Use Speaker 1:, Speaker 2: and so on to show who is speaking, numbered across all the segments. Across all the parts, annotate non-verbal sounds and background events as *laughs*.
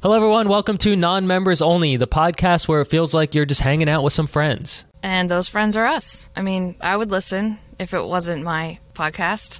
Speaker 1: Hello, everyone. Welcome to Non Members Only, the podcast where it feels like you're just hanging out with some friends.
Speaker 2: And those friends are us. I mean, I would listen if it wasn't my
Speaker 1: *laughs*
Speaker 2: podcast.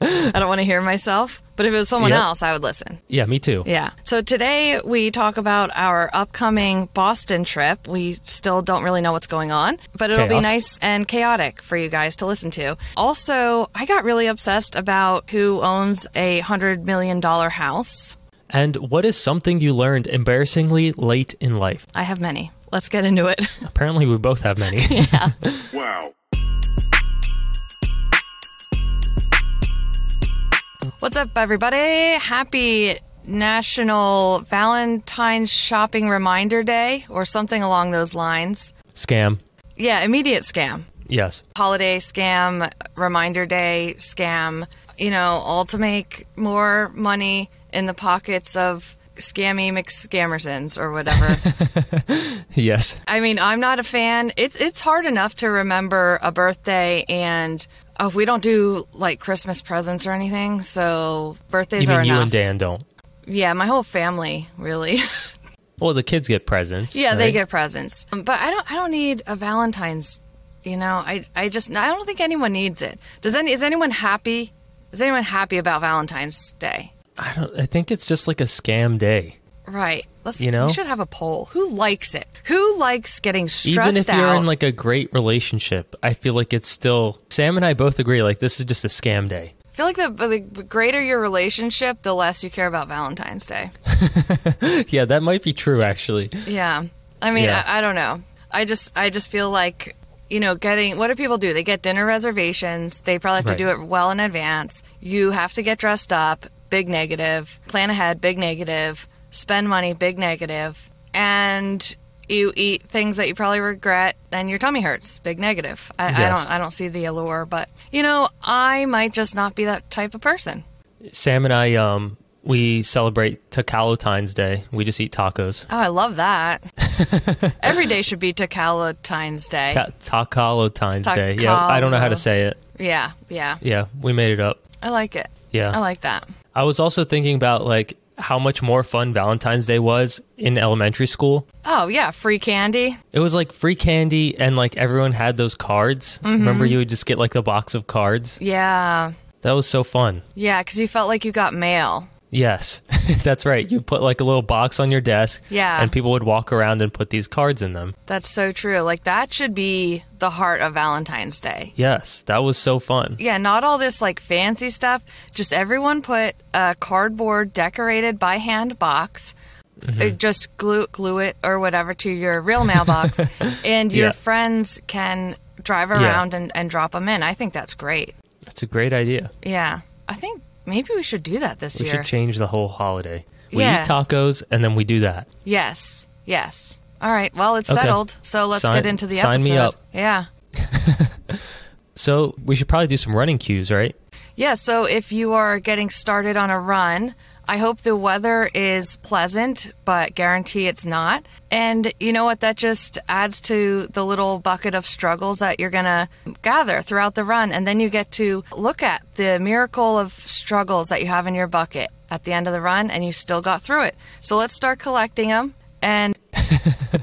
Speaker 2: I don't want to hear myself, but if it was someone
Speaker 1: Yep.
Speaker 2: else, I would listen.
Speaker 1: Yeah, me too.
Speaker 2: Yeah. So today we talk about our upcoming Boston trip. We still don't really know what's going on, but it'll be
Speaker 1: Chaos.
Speaker 2: nice and chaotic for you guys to listen to. Also, I got really obsessed about who owns a $100 million house.
Speaker 1: And what is something you learned embarrassingly late in life?
Speaker 2: I have many. Let's get into it. *laughs*
Speaker 1: Apparently, we both have many.
Speaker 3: Wow.
Speaker 2: What's up, everybody? Happy National Valentine's Shopping Reminder Day or something along those lines.
Speaker 1: Scam.
Speaker 2: Yeah, immediate scam.
Speaker 1: Yes.
Speaker 2: Holiday scam, reminder day scam, you know, all to make more money in the pockets of scammy McScammersons
Speaker 1: *laughs*
Speaker 2: or whatever.
Speaker 1: Yes.
Speaker 2: I mean, I'm not a fan. It's it's hard enough to remember a birthday and oh, we don't do like Christmas presents or anything, so birthdays
Speaker 1: Even
Speaker 2: are
Speaker 1: you
Speaker 2: enough.
Speaker 1: and Dan don't.
Speaker 2: Yeah, my whole family, really. *laughs*
Speaker 1: Well, the kids get presents.
Speaker 2: yeah, they
Speaker 1: right?
Speaker 2: get presents. Um, But I don't I don't need a Valentine's, you know. I I just I don't think anyone needs it. Does any is anyone happy? Is anyone happy about Valentine's Day?
Speaker 1: I don't. I think it's just like a scam day.
Speaker 2: Right. Let's
Speaker 1: You know?
Speaker 2: we should have a poll. Who likes it? Who likes getting stressed
Speaker 1: Even if
Speaker 2: out?
Speaker 1: you're in like a great relationship, I feel like it's still. Sam and I both agree. Like this is just a scam day. *laughs*
Speaker 2: I feel like the, the greater your relationship, the less you care about Valentine's Day.
Speaker 1: yeah, that might be true. Actually,
Speaker 2: Yeah. I mean,
Speaker 1: Yeah.
Speaker 2: I, I don't know. I just I just feel like you know, getting what do people do? They get dinner reservations. They probably have
Speaker 1: Right.
Speaker 2: to do it well in advance. You have to get dressed up, big negative. Plan ahead, big negative. Spend money, big negative. And you eat things that you probably regret and your tummy hurts, big negative. I, I
Speaker 1: Yes.
Speaker 2: don't I don't see the allure, but you know, I might just not be that type of person.
Speaker 1: Sam and I, um, we celebrate Tacalotines Day. We just eat tacos.
Speaker 2: Oh, I
Speaker 1: *laughs*
Speaker 2: love that. Every day should be Tacalatine's Day.
Speaker 1: Ta- Tacalotines Day. Yeah, I don't know how to
Speaker 2: Tacalo.
Speaker 1: say it.
Speaker 2: yeah, yeah.
Speaker 1: Yeah, we made it up.
Speaker 2: I like it.
Speaker 1: Yeah.
Speaker 2: Oh, I like that.
Speaker 1: I was also thinking about like how much more fun Valentine's Day was in elementary school.
Speaker 2: Oh, yeah. Free candy.
Speaker 1: It was like free candy and like everyone had those cards.
Speaker 2: Mm-hmm.
Speaker 1: Remember you would just get like a box of cards?
Speaker 2: Yeah.
Speaker 1: That was so fun.
Speaker 2: Yeah. Because you felt like you got mail.
Speaker 1: Yes. *laughs* That's right. You put like a little box on your desk
Speaker 2: Yeah.
Speaker 1: and people would walk around and put these cards in them.
Speaker 2: That's so true. Like, that should be the heart of Valentine's Day.
Speaker 1: Yes, that was so fun.
Speaker 2: Yeah. Not all this like fancy stuff. Just everyone put a cardboard decorated by hand box.
Speaker 1: Mm-hmm.
Speaker 2: uh, Just glue glue it or whatever to your
Speaker 1: *laughs*
Speaker 2: real mailbox, and your
Speaker 1: Yeah.
Speaker 2: friends can drive around and, and drop them in. I think that's great.
Speaker 1: That's a great idea.
Speaker 2: Yeah, I think maybe we should do that this
Speaker 1: We
Speaker 2: year.
Speaker 1: should change the whole holiday. We
Speaker 2: Yeah.
Speaker 1: eat tacos and then we do that.
Speaker 2: Yes. Yes. All right. Well, it's
Speaker 1: Okay.
Speaker 2: settled. So let's
Speaker 1: Sign-
Speaker 2: get into the
Speaker 1: sign
Speaker 2: episode.
Speaker 1: me up.
Speaker 2: Yeah.
Speaker 1: So we should probably do some running cues, right?
Speaker 2: Yeah. So if you are getting started on a run, I hope the weather is pleasant, but guarantee it's not. And you know what? That just adds to the little bucket of struggles that you're going to gather throughout the run. And then you get to look at the miracle of struggles that you have in your bucket at the end of the run, and you still got through it. So let's start collecting them and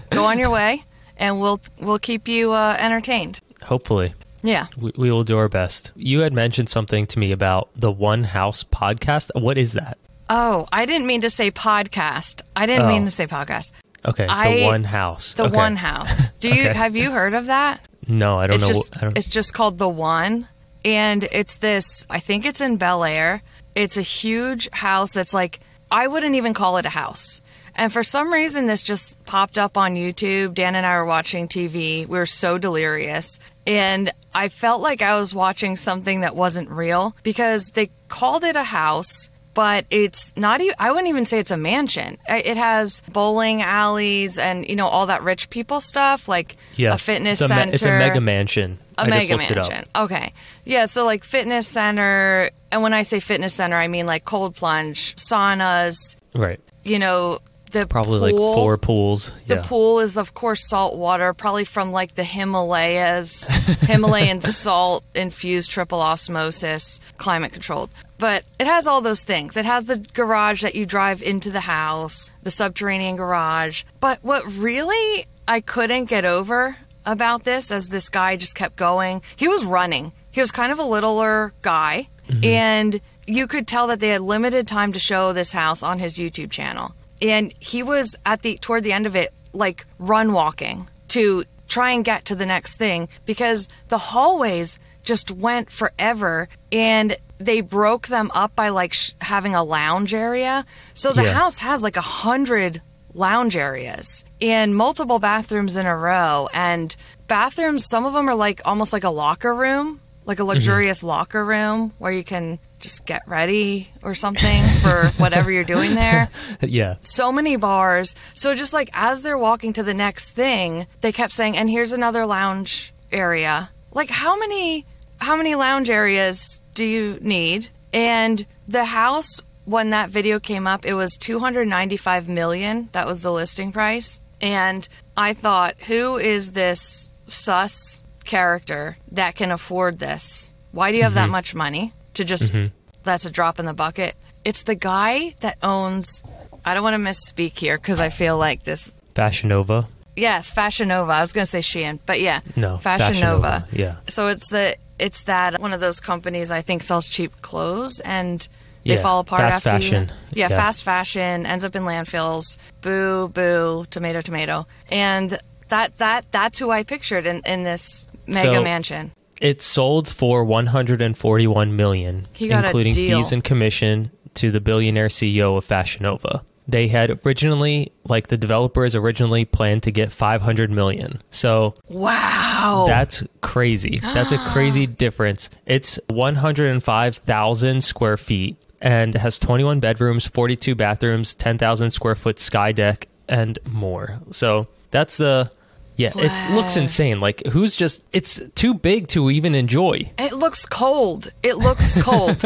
Speaker 2: go on your way, and we'll, we'll keep you uh, entertained.
Speaker 1: Hopefully.
Speaker 2: Yeah.
Speaker 1: We, we will do our best. You had mentioned something to me about the One House podcast. What is that?
Speaker 2: Oh, I didn't mean to say podcast. I didn't
Speaker 1: Oh.
Speaker 2: mean to say podcast.
Speaker 1: Okay, the
Speaker 2: I-
Speaker 1: One House.
Speaker 2: The
Speaker 1: Okay.
Speaker 2: One House.
Speaker 1: *laughs*
Speaker 2: Do you
Speaker 1: Okay.
Speaker 2: have you heard of that?
Speaker 1: No, I don't
Speaker 2: It's
Speaker 1: know.
Speaker 2: just
Speaker 1: wh- I don't,
Speaker 2: it's just called The One and it's this I think it's in Bel Air. It's a huge house that's like I wouldn't even call it a house. And for some reason this just popped up on YouTube. Dan and I were watching TV. We were so delirious and I felt like I was watching something that wasn't real because they called it a house but it's not even i wouldn't even say it's a mansion I- it has bowling alleys and you know all that rich people stuff like
Speaker 1: yeah,
Speaker 2: a fitness
Speaker 1: it's a,
Speaker 2: center
Speaker 1: ma- It's a mega mansion.
Speaker 2: a
Speaker 1: I just
Speaker 2: mega
Speaker 1: looked it up.
Speaker 2: mansion okay yeah so like fitness center and when i say fitness center i mean like cold plunge saunas
Speaker 1: Right.
Speaker 2: you know the
Speaker 1: Probably
Speaker 2: pool,
Speaker 1: like four pools.
Speaker 2: The
Speaker 1: yeah.
Speaker 2: pool is, of course, salt water, probably from like the Himalayas, *laughs* Himalayan salt infused triple osmosis, climate controlled. But it has all those things. It has the garage that you drive into the house, the subterranean garage. But what really I couldn't get over about this as this guy just kept going, he was running. He was kind of a littler guy. And you could tell that they had limited time to show this house on his YouTube channel and he was at the toward the end of it like run walking to try and get to the next thing because the hallways just went forever and they broke them up by like sh- having a lounge area so the
Speaker 1: Yeah.
Speaker 2: house has like a hundred lounge areas and multiple bathrooms in a row and bathrooms some of them are like almost like a locker room like a luxurious locker room where you can just get ready or something for whatever you're doing there
Speaker 1: yeah.
Speaker 2: so many bars. So just like as they're walking to the next thing, they kept saying, "And here's another lounge area." Like how many how many lounge areas do you need? And the house when that video came up, it was 295 million. That was the listing price. And I thought, "Who is this sus character that can afford this? Why do you have that much money to just that's a drop in the bucket?" It's the guy that owns I don't want to misspeak here because I feel like this.
Speaker 1: Fashion Nova.
Speaker 2: Yes, Fashion Nova. I was going to say Shein, but yeah,
Speaker 1: No.
Speaker 2: Fashion, Nova.
Speaker 1: Yeah.
Speaker 2: So it's the it's that one of those companies I think sells cheap clothes and they
Speaker 1: Yeah,
Speaker 2: fall apart
Speaker 1: fast
Speaker 2: after
Speaker 1: fashion.
Speaker 2: You. Yeah,
Speaker 1: Yeah.
Speaker 2: fast fashion ends up in landfills. Boo, boo, tomato, tomato, and that that that's who I pictured in in this mega
Speaker 1: So-
Speaker 2: mansion.
Speaker 1: It sold for 141 million,
Speaker 2: He got a
Speaker 1: including
Speaker 2: deal.
Speaker 1: fees and commission to the billionaire CEO of Fashion Nova. They had originally, like the developers originally planned to get 500 million. So
Speaker 2: Wow.
Speaker 1: that's crazy.
Speaker 2: *gasps*
Speaker 1: That's a crazy difference. It's 105,000 square feet and has 21 bedrooms, 42 bathrooms, 10,000 square foot sky deck, and more. So that's the. Yeah, it's it looks
Speaker 2: Wow.
Speaker 1: insane. Like, who's just. It's too big to even enjoy.
Speaker 2: It looks cold. It
Speaker 1: *laughs*
Speaker 2: looks cold.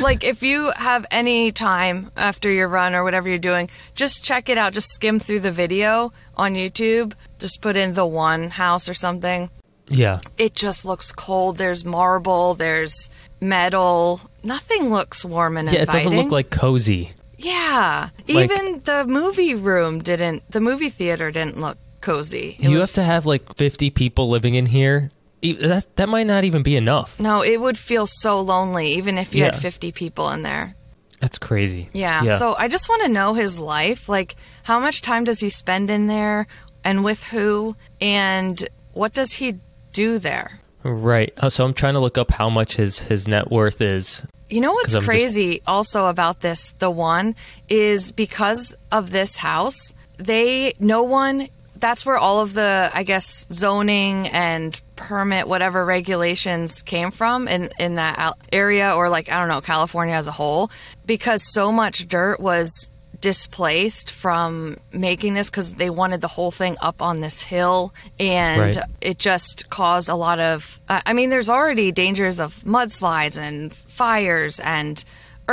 Speaker 2: like if you have any time after your run or whatever you're doing, just check it out. Just skim through the video on YouTube. Just put in the one house or something.
Speaker 1: Yeah.
Speaker 2: It just looks cold. There's marble, there's metal. Nothing looks warm and
Speaker 1: Yeah, it
Speaker 2: inviting.
Speaker 1: doesn't look like cozy.
Speaker 2: Yeah.
Speaker 1: like-
Speaker 2: Even the movie room didn't the movie theater didn't look cozy. It
Speaker 1: you
Speaker 2: was-
Speaker 1: have to have like 50 people living in here. E- That that might not even be enough.
Speaker 2: No, it would feel so lonely even if you had
Speaker 1: Yeah.
Speaker 2: 50 people in there.
Speaker 1: That's crazy.
Speaker 2: Yeah. So I just want to know his life. Like, how much time does he spend in there and with who? And what does he do there?
Speaker 1: right. Oh, so I'm trying to look up how much his his net worth is.
Speaker 2: You know what's
Speaker 1: 'Cause I'm just-
Speaker 2: crazy also about this, the one, is because of this house, they, no one, that's where all of the, I guess, zoning and permit, whatever regulations came from in, in that al- area, or like, I don't know, California as a whole, because so much dirt was displaced from making this because they wanted the whole thing up on this hill and
Speaker 1: Right.
Speaker 2: it just caused a lot of uh, I i mean there's already dangers of mudslides and fires and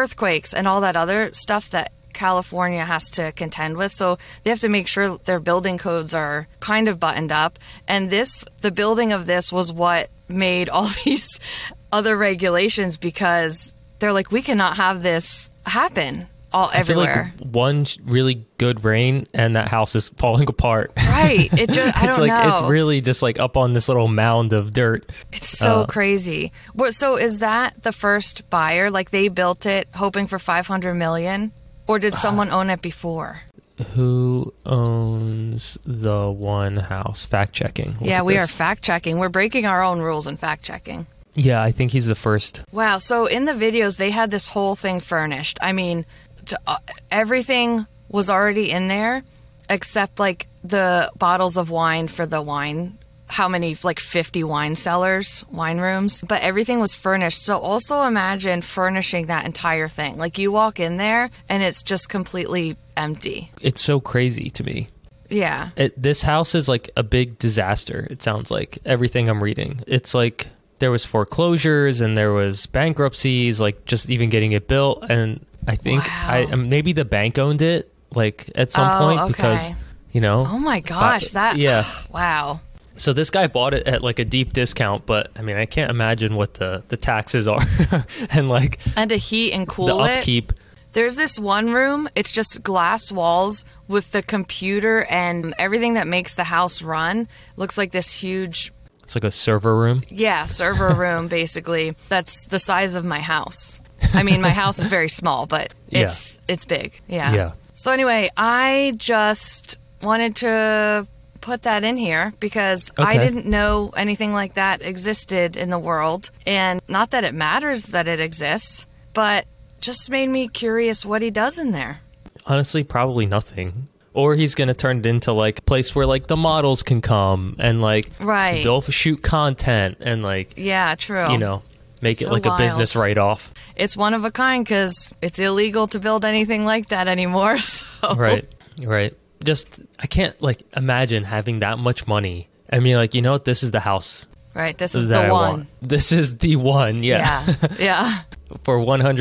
Speaker 2: earthquakes and all that other stuff that california has to contend with so they have to make sure their building codes are kind of buttoned up and this the building of this was what made all *laughs* these other regulations because they're like we cannot have this happen all everywhere
Speaker 1: I feel like one sh- really good rain and that house is falling *laughs* apart.
Speaker 2: right it just
Speaker 1: *laughs*
Speaker 2: i
Speaker 1: it's
Speaker 2: don't
Speaker 1: like
Speaker 2: know
Speaker 1: it's really just like up on this little mound of dirt.
Speaker 2: It's
Speaker 1: Oh.
Speaker 2: so crazy. What, so is that the first buyer? Like they built it hoping for 500 million or
Speaker 1: Uh,
Speaker 2: did someone own it before?
Speaker 1: Who owns the one house? Fact checking. Look
Speaker 2: yeah,
Speaker 1: at
Speaker 2: we are
Speaker 1: this.
Speaker 2: fact checking. We're breaking our own rules and fact checking.
Speaker 1: yeah, I think he's the first.
Speaker 2: Wow. So in the videos, they had this whole thing furnished. I mean, t uh, everything was already in there except like the bottles of wine for the wine. How many, like 50 wine cellars, wine rooms, but everything was furnished. So also imagine furnishing that entire thing. Like you walk in there and it's just completely empty.
Speaker 1: It's so crazy to me.
Speaker 2: Yeah.
Speaker 1: it, this house is like a big disaster it sounds like everything i'm reading it's like there was foreclosures and there was bankruptcies like just even getting it built and i think
Speaker 2: Wow.
Speaker 1: i um, maybe the bank owned it like at some
Speaker 2: Oh,
Speaker 1: point because
Speaker 2: okay.
Speaker 1: you know.
Speaker 2: Oh my gosh, that
Speaker 1: yeah.
Speaker 2: *sighs* Wow.
Speaker 1: So this guy bought it at like a deep discount, but I mean, I can't imagine what the the taxes *laughs* are and like
Speaker 2: And to heat and cool
Speaker 1: the
Speaker 2: it.
Speaker 1: upkeep.
Speaker 2: There's this one room, it's just glass walls with the computer and everything that makes the house run. Looks like this huge,
Speaker 1: It's like a server room.
Speaker 2: yeah,
Speaker 1: *laughs*
Speaker 2: server room basically. That's the size of my house. I mean, my house is very small, but
Speaker 1: *laughs* Yeah.
Speaker 2: it's it's big. Yeah.
Speaker 1: Yeah.
Speaker 2: So anyway, I just wanted to put that in here because I
Speaker 1: Okay.
Speaker 2: didn't know anything like that existed in the world and not that it matters that it exists, but just made me curious what he does in there.
Speaker 1: Honestly, probably nothing. Or he's gonna turn it into like a place where like the models can come and like
Speaker 2: Right.
Speaker 1: they'll shoot content and like
Speaker 2: Yeah, true.
Speaker 1: you know make it
Speaker 2: So
Speaker 1: like
Speaker 2: wild.
Speaker 1: a business write off.
Speaker 2: it's one of a kind because it's illegal to build anything like that anymore. *laughs* So,
Speaker 1: Right. Right. Just I can't like imagine having that much money. I mean, like you know what? This is the house.
Speaker 2: right, this
Speaker 1: This
Speaker 2: is
Speaker 1: is that
Speaker 2: the
Speaker 1: I
Speaker 2: one.
Speaker 1: want. This is the one.
Speaker 2: Yeah, yeah.
Speaker 1: *laughs* for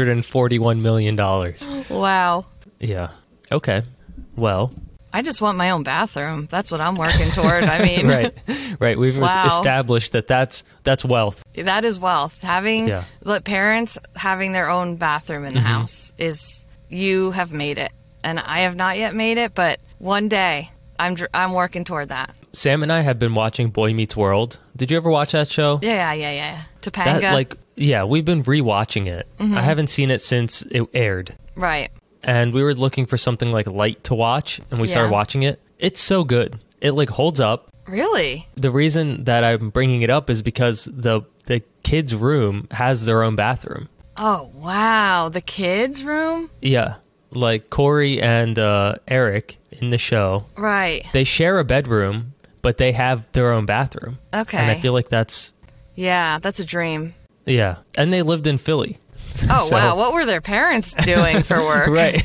Speaker 1: 141 million dollars.
Speaker 2: Wow.
Speaker 1: Yeah. Okay.
Speaker 2: *laughs*
Speaker 1: Well,
Speaker 2: I just want my own bathroom. That's what I'm working
Speaker 1: *laughs*
Speaker 2: toward. I mean,
Speaker 1: right. Right. We've
Speaker 2: Wow.
Speaker 1: established that that's that's wealth.
Speaker 2: that is wealth. Having
Speaker 1: Yeah. Mm-hmm.
Speaker 2: the parents having their own bathroom in the house is you have made it, and I have not yet made it, but one day I'm dr- I'm working toward that.
Speaker 1: Sam and I have been watching Boy Meets World. Did you ever watch that show?
Speaker 2: Yeah, yeah, yeah, yeah. Topanga,
Speaker 1: That like yeah, we've been rewatching it.
Speaker 2: Mm-hmm.
Speaker 1: I haven't seen it since it aired.
Speaker 2: right?
Speaker 1: And we were looking for something like light to watch and we started
Speaker 2: Yeah.
Speaker 1: watching it. It's so good. It like holds up.
Speaker 2: Really?
Speaker 1: The reason that I'm bringing it up is because the the kids' room has their own bathroom.
Speaker 2: Oh wow, the kids' room,
Speaker 1: Yeah. Like Corey and uh, Eric in the show,
Speaker 2: right?
Speaker 1: they share a bedroom, but they have their own bathroom.
Speaker 2: Okay.
Speaker 1: And I feel like that's,
Speaker 2: Yeah, that's a
Speaker 1: *laughs*
Speaker 2: dream.
Speaker 1: yeah. And they lived in Philly.
Speaker 2: Oh
Speaker 1: So-
Speaker 2: wow, what were their parents doing
Speaker 1: *laughs*
Speaker 2: for work?
Speaker 1: Right.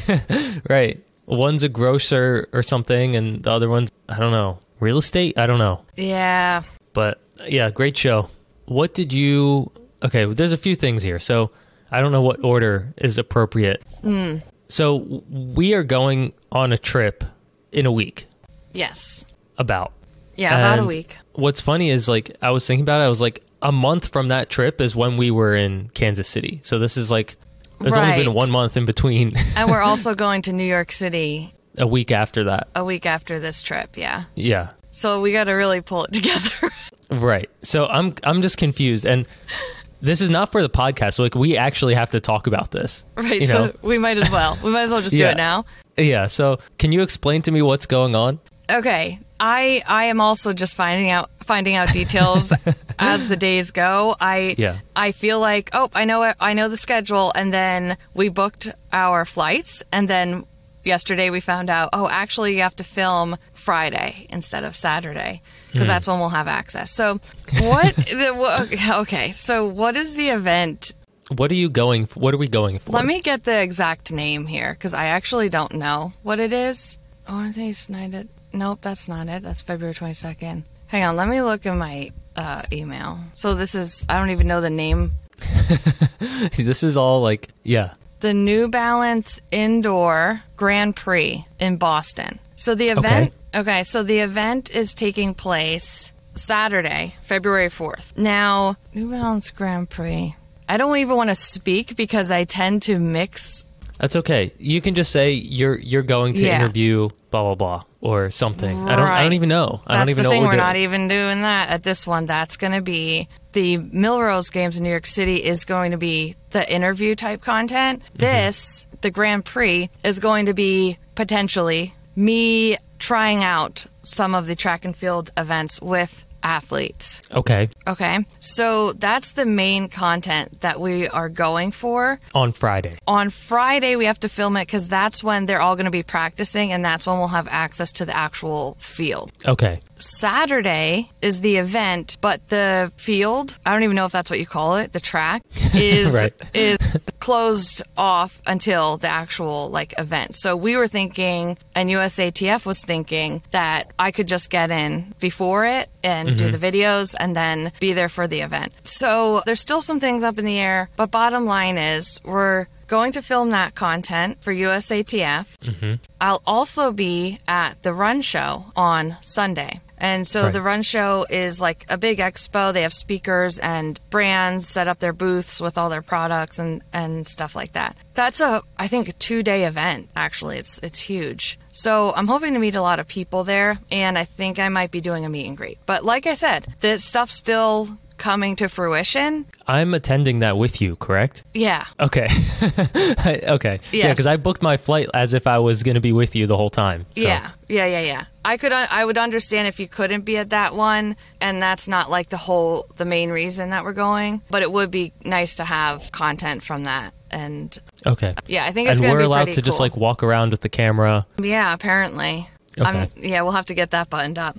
Speaker 1: right. One's a grocer or something, and the other one's, I don't know, real estate? I don't know.
Speaker 2: Yeah.
Speaker 1: But yeah, great show. What did you, okay, there's a few things here. So I don't know what order is appropriate.
Speaker 2: Hmm.
Speaker 1: So w- we are going on a trip in a week,
Speaker 2: Yes.
Speaker 1: about.
Speaker 2: Yeah, about a
Speaker 1: And
Speaker 2: week.
Speaker 1: What's funny is like I was thinking about it. I was like a month from that trip is when we were in Kansas City. So this is like there's only been
Speaker 2: Right.
Speaker 1: one month in between *laughs*
Speaker 2: and we're also *laughs* going to New York City
Speaker 1: a week after that.
Speaker 2: a week after this trip. Yeah.
Speaker 1: Yeah.
Speaker 2: So we got to really pull it *laughs* together.
Speaker 1: Right. So I'm I'm just confused and this is not for the podcast. So like we actually have to talk about this.
Speaker 2: right.
Speaker 1: You know?
Speaker 2: So we might as well. We might as well just do
Speaker 1: Yeah.
Speaker 2: it now.
Speaker 1: yeah. So can you explain to me what's going on?
Speaker 2: Okay. I I am also just finding out finding out details as the days go. I
Speaker 1: Yeah.
Speaker 2: I feel like, "Oh, I know it- I know the schedule." And then we booked our flights and then yesterday we found out, "Oh, actually you have to film Friday instead of Saturday." Because that's when we'll have access. So, what? *laughs* okay, so what is the event
Speaker 1: What are you going for? What are we going for?
Speaker 2: Let me get the exact name here because I actually don't know what it is. Oh, I want to say Snyder. Nope, that's not it. That's February 22nd. Hang on, let me look in my uh, email. So this is, I don't even know the name.
Speaker 1: *laughs* this is all like yeah.
Speaker 2: The New Balance Indoor Grand Prix in Boston. So the event, okay, so the event is taking place Saturday, February 4th. Now, New Balance Grand Prix. I don't even want to speak because I tend to mix
Speaker 1: That's okay. You can just say you're you're going to
Speaker 2: Yeah.
Speaker 1: interview blah blah blah or something. I don't I
Speaker 2: Right.
Speaker 1: don't even know. I
Speaker 2: That's
Speaker 1: don't even
Speaker 2: the
Speaker 1: know
Speaker 2: thing.
Speaker 1: what
Speaker 2: We're
Speaker 1: we're
Speaker 2: not
Speaker 1: doing.
Speaker 2: even doing that at this one. That's going to be the Milrose Games in New York City is going to be the interview type content.
Speaker 1: Mm-hmm.
Speaker 2: This, the Grand Prix, is going to be potentially me trying out some of the track and field events with athletes.
Speaker 1: okay.
Speaker 2: Okay. So that's the main content that we are going for
Speaker 1: On Friday.
Speaker 2: on Friday we have to film it because that's when they're all going to be practicing, and that's when we'll have access to the actual field.
Speaker 1: Okay.
Speaker 2: Saturday is the event, but the field, I don't even know if that's what you call it, the track is
Speaker 1: Right.
Speaker 2: is closed off until the actual like event. So we were thinking and USATF was thinking that I could just get in before it and do the videos and then be there for the event. So there's still some things up in the air, but bottom line is we're going to film that content for USATF. I'll also be at the Run Show on Sunday. And so
Speaker 1: Right.
Speaker 2: the Run Show is like a big expo. They have speakers and brands set up their booths with all their products and, and stuff like that. That's a I think a two day event actually. It's it's huge. So I'm hoping to meet a lot of people there and I think I might be doing a meet and greet. But like I said, the stuff's still coming to fruition.
Speaker 1: I'm attending that with you, correct?
Speaker 2: Yeah.
Speaker 1: Okay. *laughs* okay. Yeah,
Speaker 2: Yes.
Speaker 1: because I booked my flight as if I was going to be with you the whole time. So.
Speaker 2: Yeah, yeah, yeah, yeah. I could, uh, I would understand if you couldn't be at that one, and that's not like the whole, the main reason that we're going. But it would be nice to have content from that, and
Speaker 1: Okay.
Speaker 2: yeah, I think it's
Speaker 1: And
Speaker 2: gonna
Speaker 1: we're
Speaker 2: be
Speaker 1: allowed to
Speaker 2: pretty
Speaker 1: just
Speaker 2: cool.
Speaker 1: like walk around with the camera. *laughs*
Speaker 2: yeah, apparently. I'm, yeah, we'll have to get that buttoned up.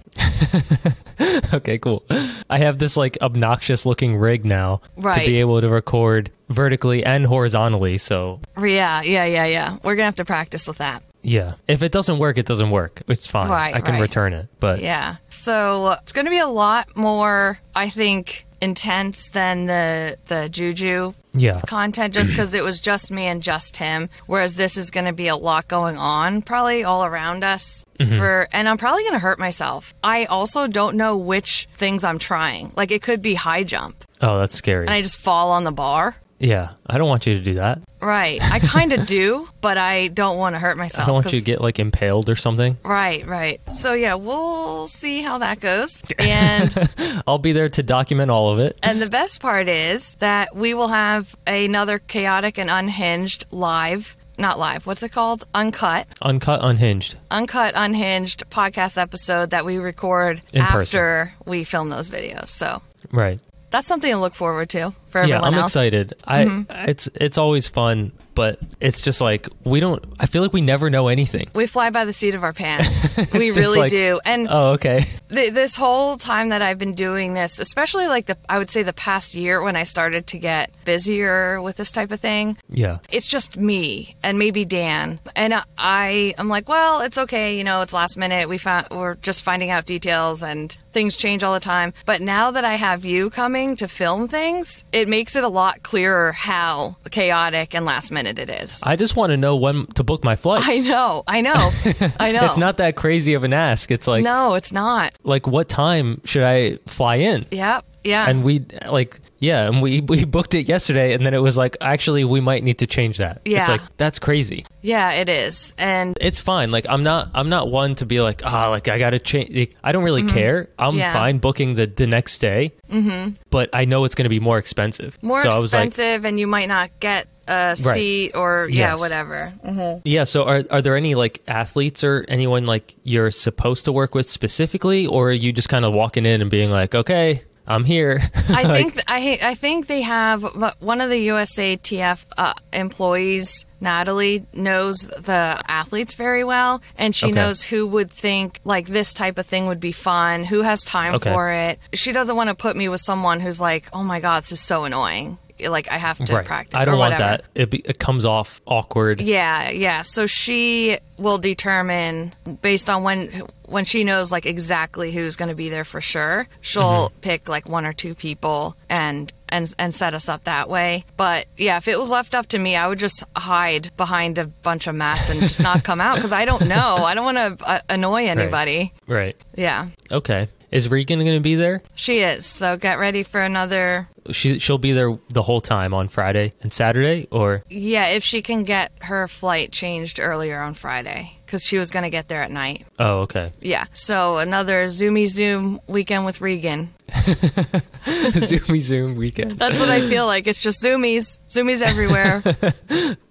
Speaker 1: Okay, cool. I have this like obnoxious looking rig now to
Speaker 2: Right.
Speaker 1: be able to record vertically and horizontally. So,
Speaker 2: Yeah, yeah, yeah, yeah. We're gonna have to practice with that.
Speaker 1: yeah. If it doesn't work, it doesn't work. It's fine.
Speaker 2: Right,
Speaker 1: I can
Speaker 2: right.
Speaker 1: return it. But
Speaker 2: Yeah. So it's going to be a lot more, I think, intense than the the juju
Speaker 1: yeah.
Speaker 2: content just because it was just me and just him whereas this is going to be a lot going on probably all around us
Speaker 1: Mm-hmm.
Speaker 2: for and i'm probably going to hurt myself i also don't know which things i'm trying like it could be high jump
Speaker 1: Oh, that's scary.
Speaker 2: and i just fall on the bar
Speaker 1: yeah. I don't want you to do that.
Speaker 2: right i
Speaker 1: *laughs*
Speaker 2: kind of do but i don't want to hurt myself
Speaker 1: I don't want you
Speaker 2: 'cause-
Speaker 1: to get like impaled or something.
Speaker 2: right right so yeah we'll see how that
Speaker 1: *laughs*
Speaker 2: goes and
Speaker 1: I'll be there to document all of it.
Speaker 2: And the best part is that we will have another chaotic and unhinged live, not live, what's it called? Uncut,
Speaker 1: Uncut, unhinged.
Speaker 2: uncut, unhinged podcast episode that we record
Speaker 1: In person.
Speaker 2: after we film those videos. So
Speaker 1: Right.
Speaker 2: that's something to look forward to for
Speaker 1: yeah,
Speaker 2: everyone
Speaker 1: I'm
Speaker 2: else. Mm-hmm.
Speaker 1: excited. I it's it's always fun, but it's just like we don't. I feel like we never know anything.
Speaker 2: We fly by the seat of our
Speaker 1: *laughs*
Speaker 2: pants. we
Speaker 1: just
Speaker 2: really
Speaker 1: like-
Speaker 2: do. And
Speaker 1: Oh, okay.
Speaker 2: th- this whole time that I've been doing this, especially like the, I would say the past year when I started to get busier with this type of thing,
Speaker 1: Yeah,
Speaker 2: it's just me and maybe Dan. And I am like, well, it's okay, you know, it's last minute. We found we're just finding out details and things change all the time. But now that I have you coming to film things, it makes it a lot clearer how chaotic and last minute it is. I,
Speaker 1: I just want to know when to book my flights.
Speaker 2: know, *laughs*
Speaker 1: *laughs*
Speaker 2: I know, I know.
Speaker 1: It's not that crazy of an ask. It's like
Speaker 2: No, it's not.
Speaker 1: like what time should I fly in?
Speaker 2: Yep. Yeah.
Speaker 1: And we like yeah, and we we booked it yesterday, and then it was like actually we might need to change that.
Speaker 2: Yeah.
Speaker 1: it's like that's crazy.
Speaker 2: yeah, it is. And
Speaker 1: it's fine. Like I'm not I'm not one to be like ah like I gotta change. Like, I don't really care. I'm
Speaker 2: Mm-hmm. Yeah.
Speaker 1: fine booking the the next day. Mm-hmm. But I know it's gonna be more expensive.
Speaker 2: more
Speaker 1: so
Speaker 2: expensive, and you might not get a
Speaker 1: Right.
Speaker 2: seat or, yeah,
Speaker 1: Yes.
Speaker 2: whatever.
Speaker 1: I was like, yeah. So are are there any like athletes or anyone like you're supposed to work with specifically, or are you just kind of walking in and being like, okay, I'm here. *laughs*
Speaker 2: I think th- I ha- I think they have but one of the USATF uh, employees. Natalie knows the athletes very well, and she
Speaker 1: Okay.
Speaker 2: knows who would think like this type of thing would be fun, who has time
Speaker 1: Okay.
Speaker 2: for it. She doesn't want to put me with someone who's like, "Oh my god, this is so annoying." Like I have to
Speaker 1: right.
Speaker 2: practice.
Speaker 1: I don't
Speaker 2: or
Speaker 1: want
Speaker 2: whatever.
Speaker 1: that. It be, it comes off awkward.
Speaker 2: Yeah, yeah. So she will determine based on when when she knows like exactly who's going to be there for sure. She'll pick like one or two people and and and set us up that way. But yeah, if it was left up to me, I would just hide behind a bunch of mats and just not come out because I don't know. I don't want to uh, annoy anybody.
Speaker 1: Right.
Speaker 2: Yeah,
Speaker 1: Okay. Is Regan gonna be there?
Speaker 2: she is. So get ready for another.
Speaker 1: She she'll be there the whole time on Friday and Saturday, or
Speaker 2: Yeah, if she can get her flight changed earlier on Friday because she was going to get there at night.
Speaker 1: oh
Speaker 2: *laughs*
Speaker 1: okay. *laughs*
Speaker 2: Yeah. So another Zoomy Zoom weekend with Regan.
Speaker 1: Zoomy Zoom weekend.
Speaker 2: That's what I feel like. It's just Zoomies.
Speaker 1: *laughs*
Speaker 2: Zoomies everywhere.